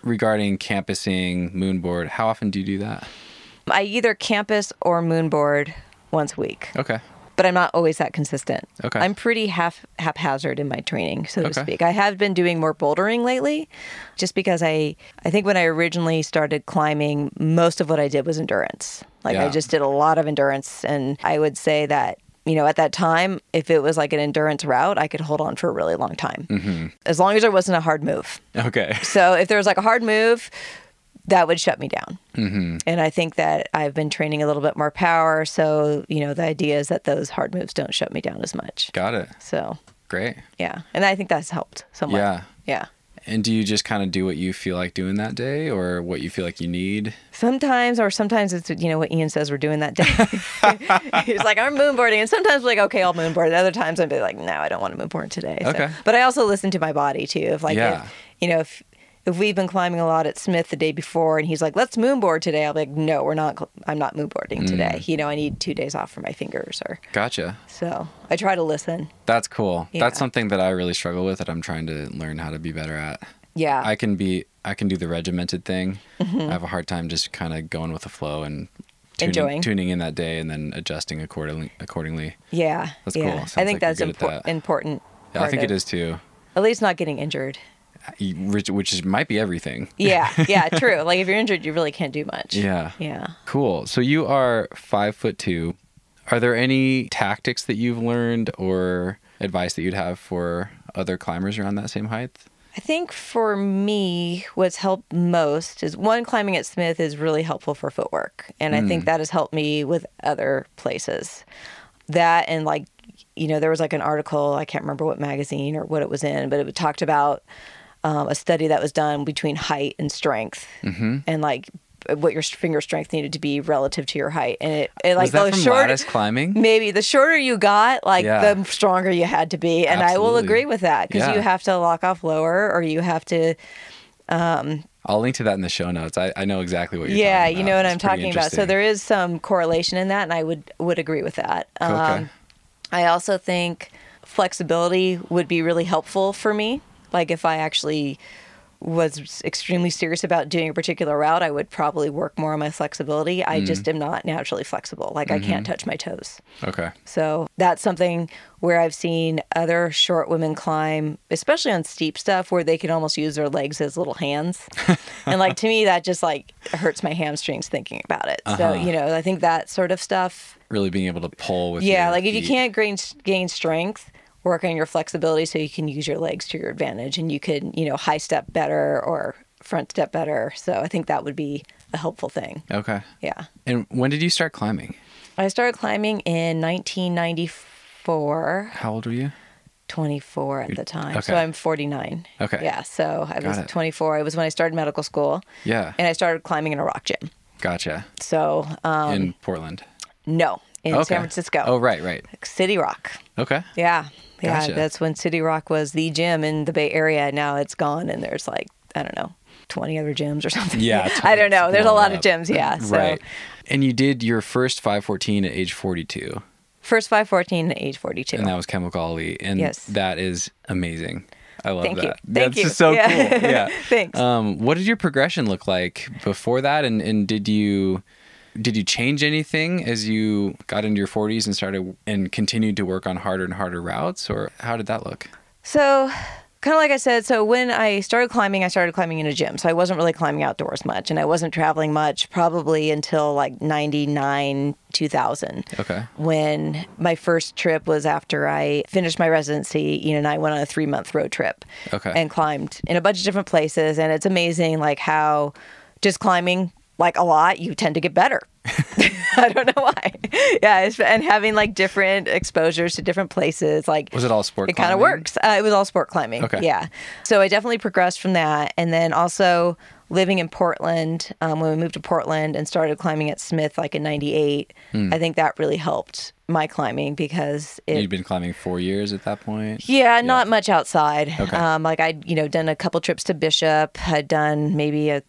S1: Regarding campusing, moonboard, how often do you do that?
S3: I either campus or moonboard once a week.
S1: Okay.
S3: but I'm not always that consistent.
S1: Okay.
S3: I'm pretty half haphazard in my training, so
S1: Okay.
S3: to speak. I have been doing more bouldering lately just because I I think when I originally started climbing, most of what I did was endurance. Like
S1: Yeah.
S3: I just did a lot of endurance and I would say that you know, at that time, if it was like an endurance route, I could hold on for a really long time, mm-hmm. as long as there wasn't a hard move.
S1: Okay.
S3: So if there was like a hard move, that would shut me down. Mm-hmm. And I think that I've been training a little bit more power. So, you know, the idea is that those hard moves don't shut me down as much.
S1: Got it.
S3: So,
S1: Great.
S3: yeah. And I think that's helped somewhat.
S1: Yeah.
S3: Yeah.
S1: And do you just kind of do what you feel like doing that day or what you feel like you need?
S3: Sometimes, or sometimes it's, you know, what Ian says we're doing that day. He's like, I'm moonboarding. And sometimes, we're like, okay, I'll moonboard. And other times, I'd be like, no, I don't want to moonboard today. So-
S1: Okay.
S3: But I also listen to my body too. If, like,
S1: Yeah.
S3: if, you know, if, if we've been climbing a lot at Smith the day before and he's like, let's moonboard today, I'll be like, no, we're not, cl- I'm not moonboarding today.
S1: Mm.
S3: You know, I need two days off for my fingers or
S1: Gotcha.
S3: so. I try to listen.
S1: That's cool.
S3: Yeah.
S1: That's something that I really struggle with that I'm trying to learn how to be better at.
S3: Yeah.
S1: I can be I can do the regimented thing.
S3: Mm-hmm.
S1: I have a hard time just kind of going with the flow and tuning,
S3: Enjoying.
S1: tuning in that day and then adjusting accordingly accordingly.
S3: yeah.
S1: That's
S3: yeah.
S1: cool.
S3: I
S1: Sounds
S3: think
S1: like you're
S3: that's
S1: good at
S3: impor-
S1: that.
S3: important.
S1: Yeah, I
S3: part
S1: think it
S3: of-
S1: is too.
S3: At least not getting injured.
S1: You- Which, which is, might be everything.
S3: Yeah, yeah, true. Like if you're injured, you really can't do much.
S1: Yeah.
S3: Yeah.
S1: Cool. So you are five foot two. Are there any tactics that you've learned or advice that you'd have for other climbers around that same height?
S3: I think for me, what's helped most is one, climbing at Smith is really helpful for footwork. And I
S1: Mm.
S3: think that has helped me with other places. That and like, you know, there was like an article, I can't remember what magazine or what it was in, but it talked about um, a study that was done between height and strength
S1: Mm-hmm.
S3: and like what your finger strength needed to be relative to your height. And it, it like
S1: Was that
S3: the
S1: from
S3: short-
S1: lattice climbing?
S3: maybe the shorter you got, like
S1: Yeah.
S3: the stronger you had to be. And I will
S1: Absolutely.
S3: agree with that because
S1: Yeah.
S3: you have to lock off lower or you have to,
S1: I'll link to that in the show notes. I, I know exactly what you're
S3: yeah,
S1: talking
S3: you know what
S1: about.
S3: I'm
S1: It's pretty
S3: talking about. So
S1: interesting.
S3: there is some correlation in that, and I would would agree with that. Um,
S1: Okay.
S3: I also think flexibility would be really helpful for me. Like if I actually was extremely serious about doing a particular route, I would probably work more on my flexibility.
S1: Mm.
S3: I just am not naturally flexible. Like I
S1: Mm-hmm.
S3: can't touch my toes.
S1: Okay.
S3: So that's something where I've seen other short women climb, especially on steep stuff, where they can almost use their legs as little hands. and like to me, that just like hurts my hamstrings thinking about it.
S1: Uh-huh.
S3: So you know, I think that sort of stuff.
S1: Really being able to pull with
S3: Yeah,
S1: your
S3: like if you
S1: feet.
S3: can't gain gain strength, work on your flexibility so you can use your legs to your advantage, and you can you know high step better or front step better. So I think that would be a helpful thing.
S1: Okay.
S3: Yeah,
S1: And when did you start climbing?
S3: I started climbing in 1994.
S1: How old were you?
S3: 24 at the time. So
S1: Mm, okay.
S3: I'm 49.
S1: Okay.
S3: Yeah. So I was
S1: it.
S3: 24. It was when I started medical school
S1: Yeah.
S3: and I started climbing in a rock gym.
S1: Gotcha.
S3: So, um,
S1: in Portland.
S3: no, in
S1: okay.
S3: San Francisco.
S1: Oh, right, right.
S3: City Rock.
S1: Okay.
S3: Yeah. Yeah.
S1: Gotcha.
S3: That's when City Rock was the gym in the Bay Area. Now it's gone and there's like, I don't know, 20 other gyms or something.
S1: Yeah,
S3: I don't know.
S1: it's
S3: There's a
S1: blown
S3: lot of
S1: up.
S3: gyms. Yeah. So
S1: Right. And you did your first 514 at age 42,
S3: first 514 to age 42.
S1: and that was Chemical Ali. And
S3: Yes.
S1: that is amazing. I love
S3: Thank
S1: that.
S3: you. Thank
S1: That's
S3: you.
S1: so
S3: Yeah.
S1: cool. Yeah.
S3: Thanks.
S1: Um, what did your progression look like before that? And, and did you did you change anything as you got into your 40s and started and continued to work on harder and harder routes? Or how did that look?
S3: So, kind of like I said, so when I started climbing, I started climbing in a gym. So I wasn't really climbing outdoors much and I wasn't traveling much probably until like 99, 2000.
S1: Okay.
S3: When my first trip was after I finished my residency, you know, and I went on a three month road trip
S1: Okay.
S3: and climbed in a bunch of different places. And it's amazing, like, how just climbing like a lot, you tend to get better. I don't know why. Yeah. It's, and having like different exposures to different places, like,
S1: Was it all sport
S3: it kind of
S1: climbing?
S3: works. Uh, it was all sport climbing.
S1: Okay.
S3: Yeah. So I definitely progressed from that. And then also living in Portland, um, when we moved to Portland and started climbing at Smith like in 98, I think that really helped my climbing because it.
S1: Hmm. You'd been climbing four years at that point.
S3: yeah, not much outside.
S1: Okay.
S3: Um, like I'd, you know, done a couple trips to Bishop. I'd done maybe a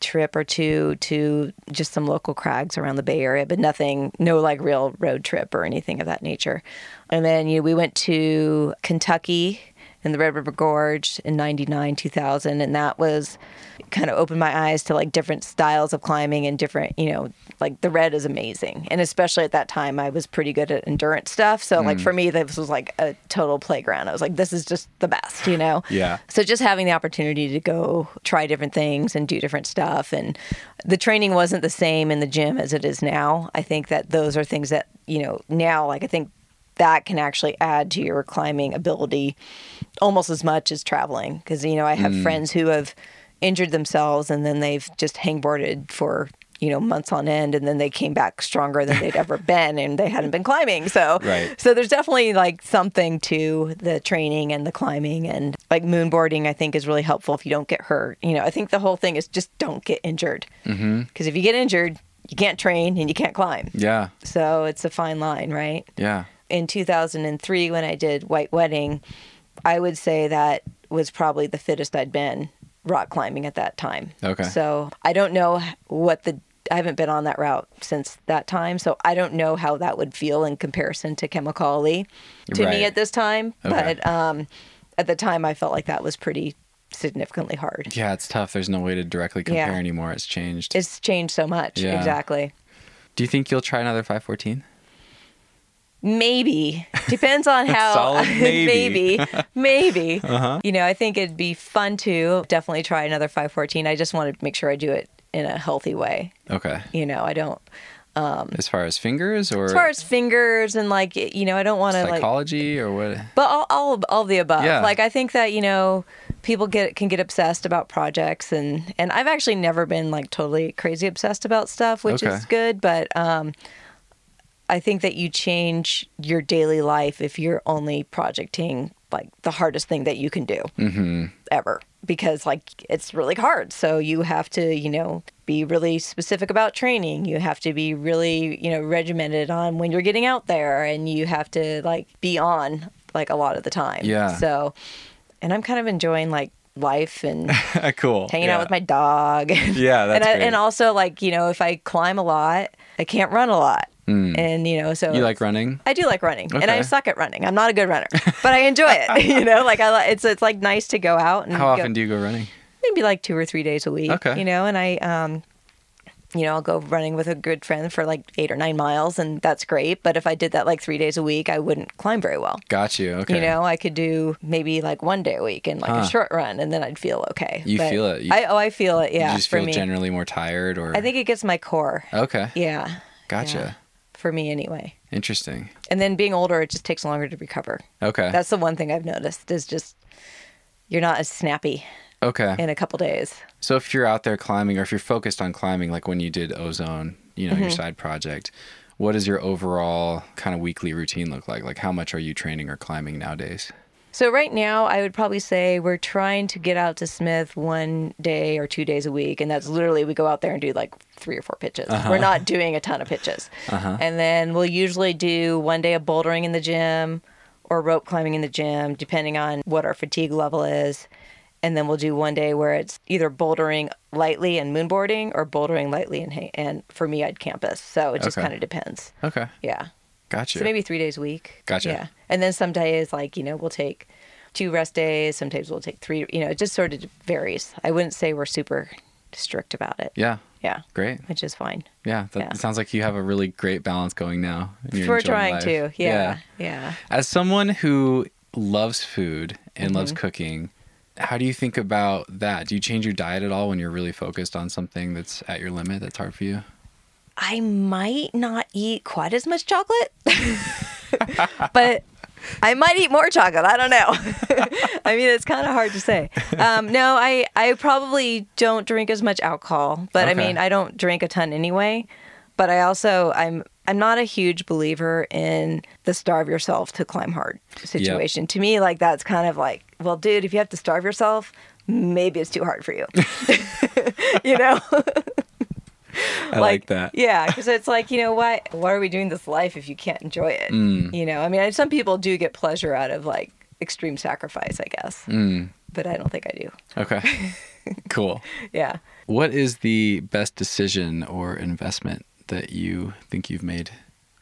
S3: trip or two to just some local crags around the Bay Area, but nothing, no like real road trip or anything of that nature. And then you know, we went to Kentucky in the Red River Gorge in 99, 2000. And that was kind of opened my eyes to like different styles of climbing and different, you know, like the red is amazing. And especially at that time, I was pretty good at endurance stuff. So, like, for me, this was like a total playground. I was like, this is just the best, you know?
S1: Yeah.
S3: So just having the opportunity to go try different things and do different stuff and the training wasn't the same in the gym as it is now. I think that those are things that, you know, now like I think that can actually add to your climbing ability almost as much as traveling because you know, I have friends who have injured themselves and then they've just hangboarded for you know months on end and then they came back stronger than they'd ever been and they hadn't been climbing so
S1: Right.
S3: so there's definitely like something to the training and the climbing and like moonboarding I think is really helpful if you don't get hurt. You know, I think the whole thing is just don't get injured. Because if you get injured, you can't train and you can't climb.
S1: Yeah.
S3: So it's a fine line, right?
S1: Yeah.
S3: in 2003 when I did White Wedding, I would say that was probably the fittest I'd been rock climbing at that time.
S1: Okay.
S3: So I don't know what the I haven't been on that route since that time, so I don't know how that would feel in comparison to Chemicali to
S1: Right.
S3: me at this time.
S1: Okay.
S3: But um, at the time, I felt like that was pretty significantly hard.
S1: Yeah, it's tough. There's no way to directly compare
S3: Yeah.
S1: anymore. It's changed.
S3: It's changed so much.
S1: Yeah.
S3: Exactly.
S1: Do you think you'll try another 514?
S3: Maybe depends on how.
S1: Solid maybe. Uh-huh.
S3: maybe, maybe. You know, I think it'd be fun to definitely try another 514. I just want to make sure I do it in a healthy way.
S1: Okay.
S3: You know, I don't.
S1: As far as fingers or
S3: Um, As far as fingers and like, you know, I don't want to like
S1: psychology or what?
S3: but all, all, of- all of the above.
S1: Yeah.
S3: Like I think that you know people get can get obsessed about projects and and I've actually never been like totally crazy obsessed about stuff, which
S1: Okay.
S3: is good. But um, I think that you change your daily life if you're only projecting like the hardest thing that you can do ever because like it's really hard so you have to you know be really specific about training you have to be really you know regimented on when you're getting out there and you have to like be on like a lot of the time
S1: Yeah.
S3: so and i'm kind of enjoying like life and
S1: cool.
S3: hanging
S1: Yeah.
S3: out with my dog
S1: Yeah, that's
S3: and, I,
S1: great.
S3: and also like you know if i climb a lot i can't run a lot and you know so
S1: Hmm. You like running?
S3: I do like running, and I
S1: Okay.
S3: suck at running. I'm not a good runner, but I enjoy it. you know, like I, li- it's it's like nice to go out and
S1: How
S3: Mm, go,
S1: often do you go running?
S3: maybe like two or three days a week.
S1: Okay.
S3: You know, and I, um, you know, I'll go running with a good friend for like eight or nine miles, and that's great. But if I did that like three days a week, I wouldn't climb very well.
S1: Got you. Okay.
S3: You know, I could do maybe like one day a week and like
S1: Huh.
S3: a short run, and then I'd feel okay.
S1: You feel it. You-
S3: I oh, I feel it. Yeah,
S1: you just
S3: for
S1: feel
S3: me,
S1: generally more tired or
S3: I think it gets my core.
S1: Okay.
S3: Yeah,
S1: Gotcha.
S3: yeah. for me anyway.
S1: Interesting.
S3: And then being older, it just takes longer to recover.
S1: Okay.
S3: That's the one thing I've noticed is just you're not as snappy
S1: okay.
S3: in a couple days.
S1: So if you're out there climbing or if you're focused on climbing like when you did ozone, you know,
S3: Mm-hmm.
S1: your side project, what does your overall kind of weekly routine look like? Like how much are you training or climbing nowadays?
S3: So right now, I would probably say we're trying to get out to Smith one day or two days a week, and that's literally we go out there and do like three or four pitches. We're not doing a ton of pitches, and then we'll usually do one day of bouldering in the gym or rope climbing in the gym, depending on what our fatigue level is, and then we'll do one day where it's either bouldering lightly and moonboarding or bouldering lightly and hang- and for me I'd campus. So it just
S1: Okay.
S3: kind of depends.
S1: Okay.
S3: Yeah.
S1: Gotcha.
S3: So maybe three days a week.
S1: Gotcha.
S3: Yeah. And then some days, like, you know, we'll take two rest days. Sometimes we'll take three. You know, it just sort of varies. I wouldn't say we're super strict about it.
S1: yeah.
S3: Yeah.
S1: Great.
S3: Which is fine.
S1: Yeah. That
S3: Yeah.
S1: sounds like you have a really great balance going now. and you're
S3: We're
S1: enjoying
S3: trying
S1: life.
S3: to. Yeah. Yeah.
S1: As someone who loves food and loves
S3: Mm-hmm.
S1: cooking, how do you think about that? Do you change your diet at all when you're really focused on something that's at your limit that's hard for you?
S3: I might not eat quite as much chocolate, but I might eat more chocolate. I don't know. I mean, it's kind of hard to say. Um, no, I, I probably don't drink as much alcohol, but I
S1: Okay.
S3: mean, I don't drink a ton anyway. But I also I'm I'm not a huge believer in the starve yourself to climb hard situation. To me, like that's kind of like, well, dude, if you have to starve yourself, maybe it's too hard for you. you know.
S1: I
S3: Yeah, because it's like you know why why are we doing this life if you can't enjoy it?
S1: Mm.
S3: You know, I mean, some people do get pleasure out of like extreme sacrifice, I guess,
S1: Mm.
S3: but I don't think I do.
S1: Okay. cool.
S3: Yeah,
S1: What is the best decision or investment that you think you've made?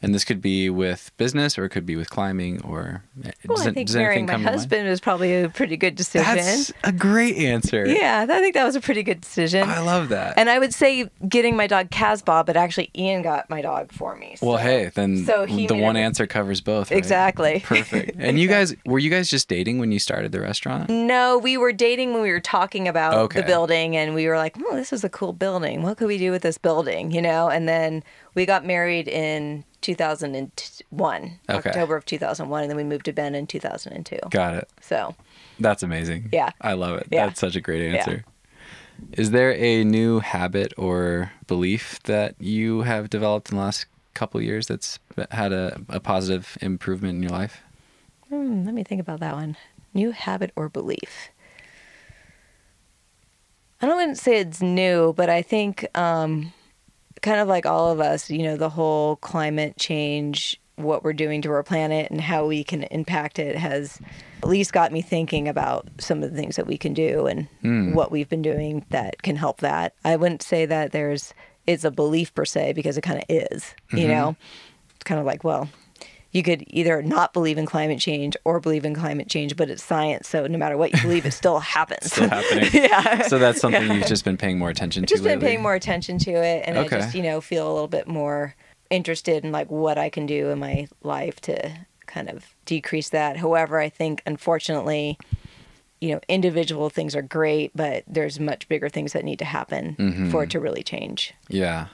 S1: And this could be with business or it could be with climbing or eh,
S3: well, I think marrying my husband was probably a pretty good decision.
S1: That's a great answer.
S3: Yeah, I think that was a pretty good decision.
S1: I love that.
S3: and I would say getting my dog Casbah, but actually Ian got my dog for me. so-
S1: well, hey, then
S3: So he
S1: the
S3: made
S1: one
S3: every-
S1: answer covers both. right?
S3: Exactly. Mm.
S1: Perfect. And you guys, were you guys just dating when you started the restaurant?
S3: No, we were dating when we were talking about
S1: Okay.
S3: the building, and we were like, "Oh, this is a cool building. What could we do with this building?" You know. And then we got married in 2001,
S1: Okay.
S3: October of 2001, and then we moved to Ben in 2002.
S1: Got it.
S3: So
S1: That's amazing.
S3: Yeah.
S1: I love it.
S3: Yeah.
S1: That's such a great answer. Is there a new habit or belief that you have developed in the last couple of years that's had a, a positive improvement in your life?
S3: hmm, let me think about that one. New habit or belief? I don't want to say it's new, but I think um, kind of like all of us, you know, the whole climate change, what we're doing to our planet and how we can impact it has at least got me thinking about some of the things that we can do and
S1: Hmm.
S3: what we've been doing that can help that. I wouldn't say that there's it's a belief per se because it kind of is,
S1: Mm-hmm.
S3: you know. It's kind of like, well, you could either not believe in climate change or believe in climate change, but it's science, so no matter what you believe, it still happens.
S1: Still happening.
S3: yeah.
S1: So that's something you've just been paying more attention to
S3: Just been
S1: lately?
S3: paying more attention to it, and
S1: Okay.
S3: I just you know feel a little bit more interested in like what I can do in my life to kind of decrease that. However, I think unfortunately, you know, individual things are great, but there's much bigger things that need to happen
S1: Mm-hmm.
S3: for it to really change.
S1: Yeah.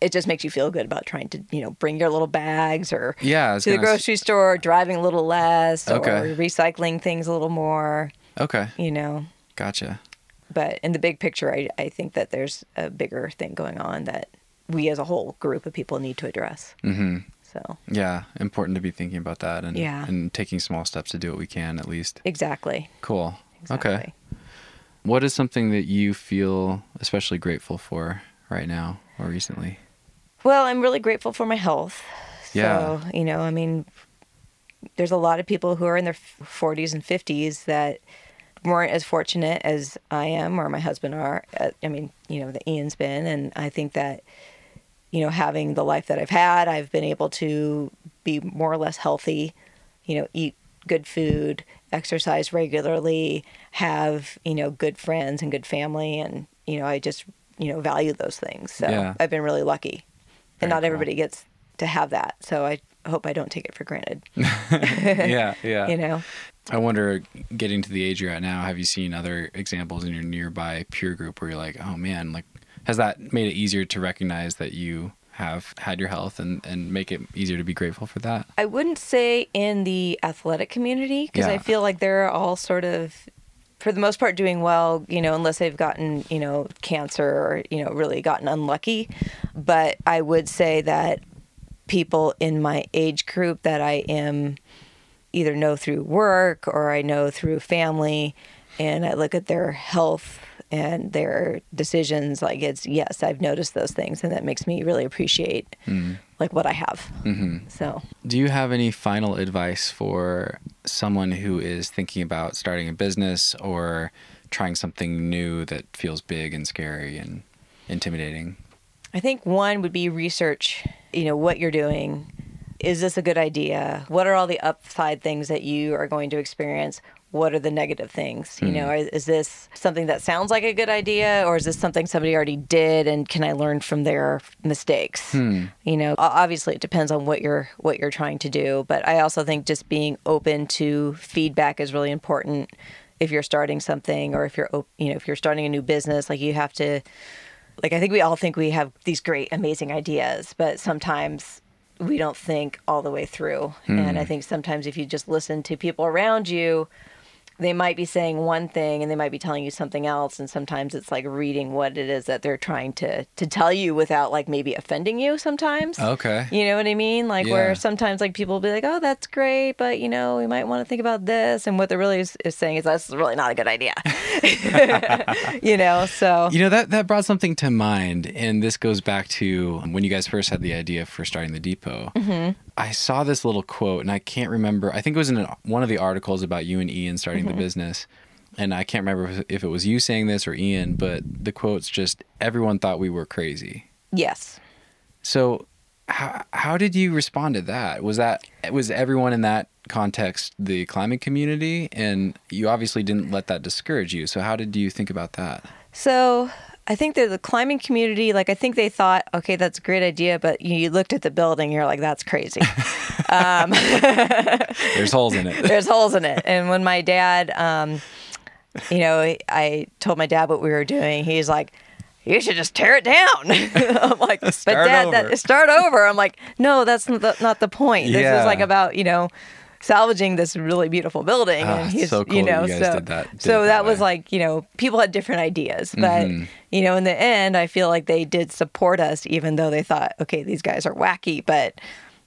S3: It just makes you feel good about trying to you know bring your little bags or
S1: Yeah. I was
S3: to the
S1: gonna s-
S3: grocery store, driving a little less,
S1: Okay.
S3: or recycling things a little more.
S1: Okay.
S3: You know,
S1: Gotcha.
S3: but in the big picture I, I think that there's a bigger thing going on that we as a whole group of people need to address mm-hmm. so
S1: Yeah. Important to be thinking about that and,
S3: Yeah.
S1: and taking small steps to do what we can at least.
S3: exactly,
S1: Cool.
S3: exactly.
S1: Okay. What is something that you feel especially grateful for right now or recently?
S3: well i'm really grateful for my health so
S1: Yeah.
S3: you know i mean there's a lot of people who are in their 40s and 50s that weren't as fortunate as i am or my husband are Uh, i mean you know the ian's been and i think that you know, having the life that I've had, I've been able to be more or less healthy, you know, eat good food, exercise regularly, have, you know, good friends and good family. And, you know, I just, you know, value those things. So
S1: Yeah.
S3: I've been really lucky.
S1: Very
S3: and not
S1: cool.
S3: everybody gets to have that. So I hope I don't take it for granted,
S1: yeah, yeah.
S3: you know?
S1: I wonder, getting to the age you're at now, have you seen other examples in your nearby peer group where you're like, oh man, like, has that made it easier to recognize that you have had your health and, and make it easier to be grateful for that?
S3: I wouldn't say in the athletic community because
S1: Yeah.
S3: I feel like they're all sort of, for the most part, doing well. You know, unless they've gotten you know cancer or you know really gotten unlucky. But I would say that people in my age group that I am either know through work or I know through family, and I look at their health and their decisions. Like it's yes, I've noticed those things, and that makes me really appreciate like what I have. Mm-hmm. So.
S1: Do you have any final advice for someone who is thinking about starting a business or trying something new that feels big and scary and intimidating?
S3: I think one would be research, you know, what you're doing. Is this a good idea? What are all the upside things that you are going to experience? What are the negative things? You know, is, is this something that sounds like a good idea or is this something somebody already did and can I learn from their mistakes? You know, o- obviously it depends on what you're what you're trying to do, but I also think just being open to feedback is really important if you're starting something or if you're op- you know, if you're starting a new business, like you have to like I think we all think we have these great, amazing ideas, but sometimes we don't think all the way through. And I
S1: Hmm.
S3: think sometimes if you just listen to people around you, they might be saying one thing and they might be telling you something else. And sometimes it's like reading what it is that they're trying to to tell you without like maybe offending you sometimes.
S1: Okay.
S3: You know what I mean? Like
S1: Oh. Yeah.
S3: where sometimes like people will be like, "Oh, that's great, but you know, we might want to think about this." And what they're really is, is saying is that's really not a good idea. you know, so
S1: You know that that brought something to mind, and this goes back to when you guys first had the idea for starting the depot.
S3: Mm-hmm.
S1: I saw this little quote, and I can't remember. I think it was in an, one of the articles about you and Ian starting
S3: Mm-hmm.
S1: the business, and I can't remember if it was you saying this or Ian, but the quote's just everyone thought we were crazy.
S3: yes.
S1: So, how how did you respond to that? Was that was everyone in that context the climbing community, and you obviously didn't let that discourage you. So, how did you think about that?
S3: So I think that the climbing community, like I think they thought, okay, that's a great idea, but you, you looked at the building, you're like, that's crazy.
S1: There's holes in it.
S3: There's holes in it. And when my dad, um, you know, I told my dad what we were doing, he's like, you should just tear it down. I'm like, but
S1: Start
S3: dad,
S1: over."
S3: that, start over. I'm like, no, that's not the, not the point. This
S1: Yeah.
S3: is like about you know salvaging this really beautiful building.
S1: Ah,
S3: and
S1: it's
S3: he's
S1: so cool
S3: you
S1: that
S3: know
S1: you guys
S3: so
S1: did that- did
S3: so
S1: it
S3: that,
S1: that
S3: was
S1: way. Mm-hmm.
S3: like. like you know people had different ideas but you know in the end i feel like they did support us even though they thought okay these guys are wacky but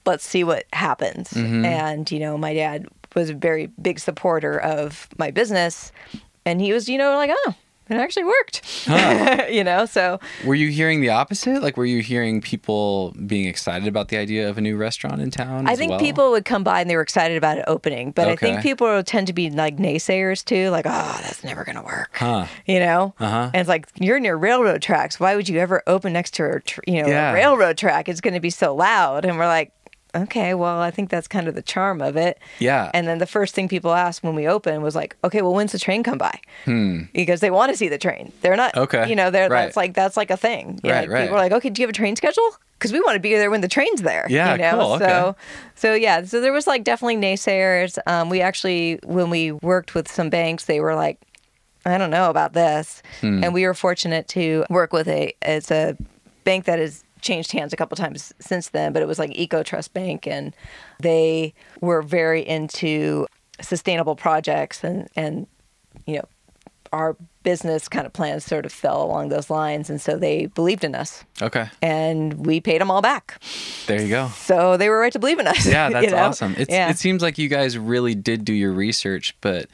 S3: let's see what happens
S1: Mm-hmm.
S3: and you know my dad was a very big supporter of my business and he was you know like oh it actually worked you know so
S1: Were you hearing the opposite? Like, were you hearing people being excited about the idea of a new restaurant in town?
S3: I
S1: as
S3: think
S1: well?
S3: people would come by and they were excited about it opening, but I
S1: Okay.
S3: think people would tend to be like naysayers too, like, oh, that's never going to work.
S1: Huh.
S3: You know?
S1: Uh-huh.
S3: And it's like, you're near railroad tracks. Why would you ever open next to a, tr- you know,
S1: Yeah.
S3: a railroad track? It's going to be so loud. And we're like, okay, well, I think that's kind of the charm of it.
S1: Yeah.
S3: And then the first thing people asked when we opened was like, okay, well, when's the train come by? Because they want to see the train. They're not,
S1: Hmm. Okay.
S3: you know, they're,
S1: Right.
S3: that's like, that's like a thing.
S1: Right,
S3: Like,
S1: right.
S3: People are like, okay, do you have a train schedule? Because we want to be there when the train's there.
S1: Yeah,
S3: you know?
S1: cool, okay.
S3: So, so yeah, so there was like definitely naysayers. Um, we actually, when we worked with some banks, they were like, I don't know about this,
S1: Hmm.
S3: and we were fortunate to work with a it's a bank that has changed hands a couple times since then, but it was like EcoTrust Bank, and they were very into sustainable projects and and you know our business kind of plans sort of fell along those lines, and so they believed in us,
S1: Okay.
S3: and we paid them all back.
S1: There you go.
S3: So they were right to believe in us.
S1: Yeah,
S3: you
S1: that's
S3: know?
S1: awesome. It's,
S3: yeah.
S1: It seems like you guys really did do your research, but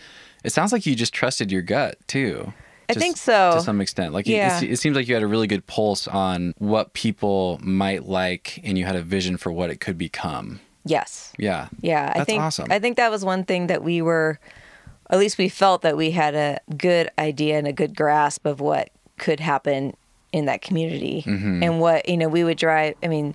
S1: it sounds like you just trusted your gut too.
S3: I
S1: Just
S3: think so.
S1: To some extent. Like, it-
S3: Yeah.
S1: it, it seems like you had a really good pulse on what people might like and you had a vision for what it could become.
S3: yes.
S1: Yeah.
S3: Yeah, I
S1: That's
S3: think
S1: awesome.
S3: I think that was one thing that we were at least we felt that we had a good idea and a good grasp of what could happen in that community
S1: Mm-hmm.
S3: and what, you know, we would drive, I mean,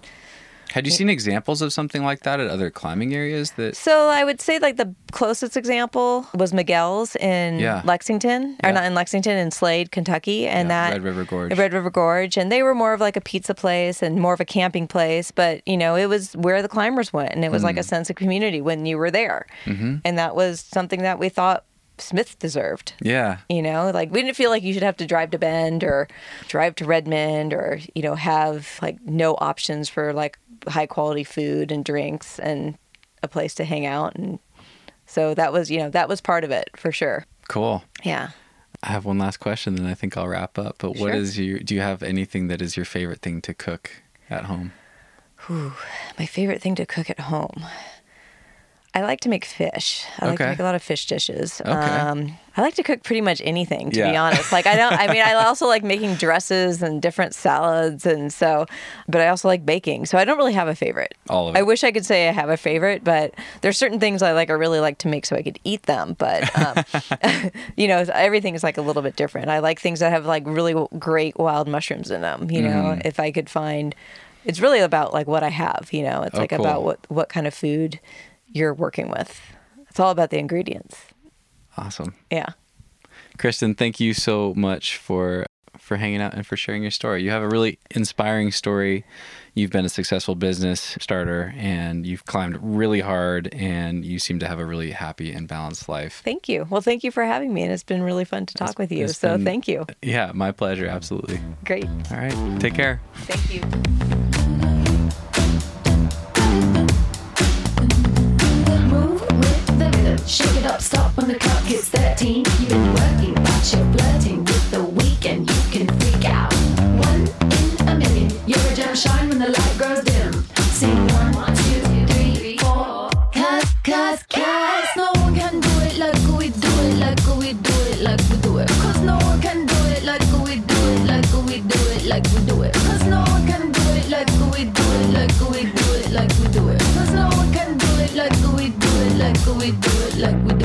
S1: Had you seen examples of something like that at other climbing areas that
S3: So I would say like the closest example was Miguel's in
S1: Yeah.
S3: Lexington,
S1: Yeah.
S3: or not in Lexington, in Slade, Kentucky, and
S1: Yeah,
S3: that
S1: Red River Gorge.
S3: Red River Gorge, and they were more of like a pizza place and more of a camping place, but you know it was where the climbers went, and it was like a
S1: Hmm.
S3: sense of community when you were there,
S1: Mm-hmm.
S3: and that was something that we thought Smith deserved.
S1: Yeah.
S3: You know, like we didn't feel like you should have to drive to Bend or drive to Redmond or, you know, have like no options for like high quality food and drinks and a place to hang out. And so that was, you know, that was part of it for sure.
S1: Cool.
S3: Yeah.
S1: I have one last question, then I think I'll wrap up. But what
S3: Sure.
S1: is your? Do you have anything that is your favorite thing to cook at home?
S3: My favorite thing to cook at home. I like to make fish. I like
S1: Okay.
S3: to make a lot of fish dishes.
S1: Okay.
S3: Um, I like to cook pretty much anything, to be
S1: Yeah.
S3: honest. Like I don't. I mean, I also like making dresses and different salads, and so. But I also like baking, so I don't really have a favorite.
S1: All of
S3: I
S1: it.
S3: wish I could say I have a favorite, but there's certain things I like. I really like to make, so I could eat them. But um, you know, everything is like a little bit different. I like things that have like really great wild mushrooms in them. You know,
S1: Mm.
S3: if I could find. It's really about like what I have, you know. It's
S1: Oh,
S3: like
S1: cool.
S3: about what what kind of food you're working with. It's all about the ingredients.
S1: Awesome.
S3: Yeah.
S1: Kristen, thank you so much for for hanging out and for sharing your story. You have a really inspiring story. You've been a successful business starter and you've climbed really hard and you seem to have a really happy and balanced life.
S3: Thank you. Well, thank you for having me and it's been really fun to talk with you.
S1: it's
S3: So,
S1: been-
S3: thank you.
S1: Yeah, my pleasure, absolutely.
S3: Great.
S1: All right. Take care.
S3: Thank you.
S2: Move with the rhythm, shake it up, stop when the clock hits 13. You've been working, but you're flirting with the weak and you can freak out. One in a million, you're a gem, shine when the light grows dim. Sing one, two, three, four. Cause, cause, cause, no one can do it like we do it, like we do it, like we do it. Cause no one can do it like we do it, like we do it, like we do it. Cause no one can do it like we do it, like we do it, like we do it. Cause no one can do it like we do it, like we do it, like we do it.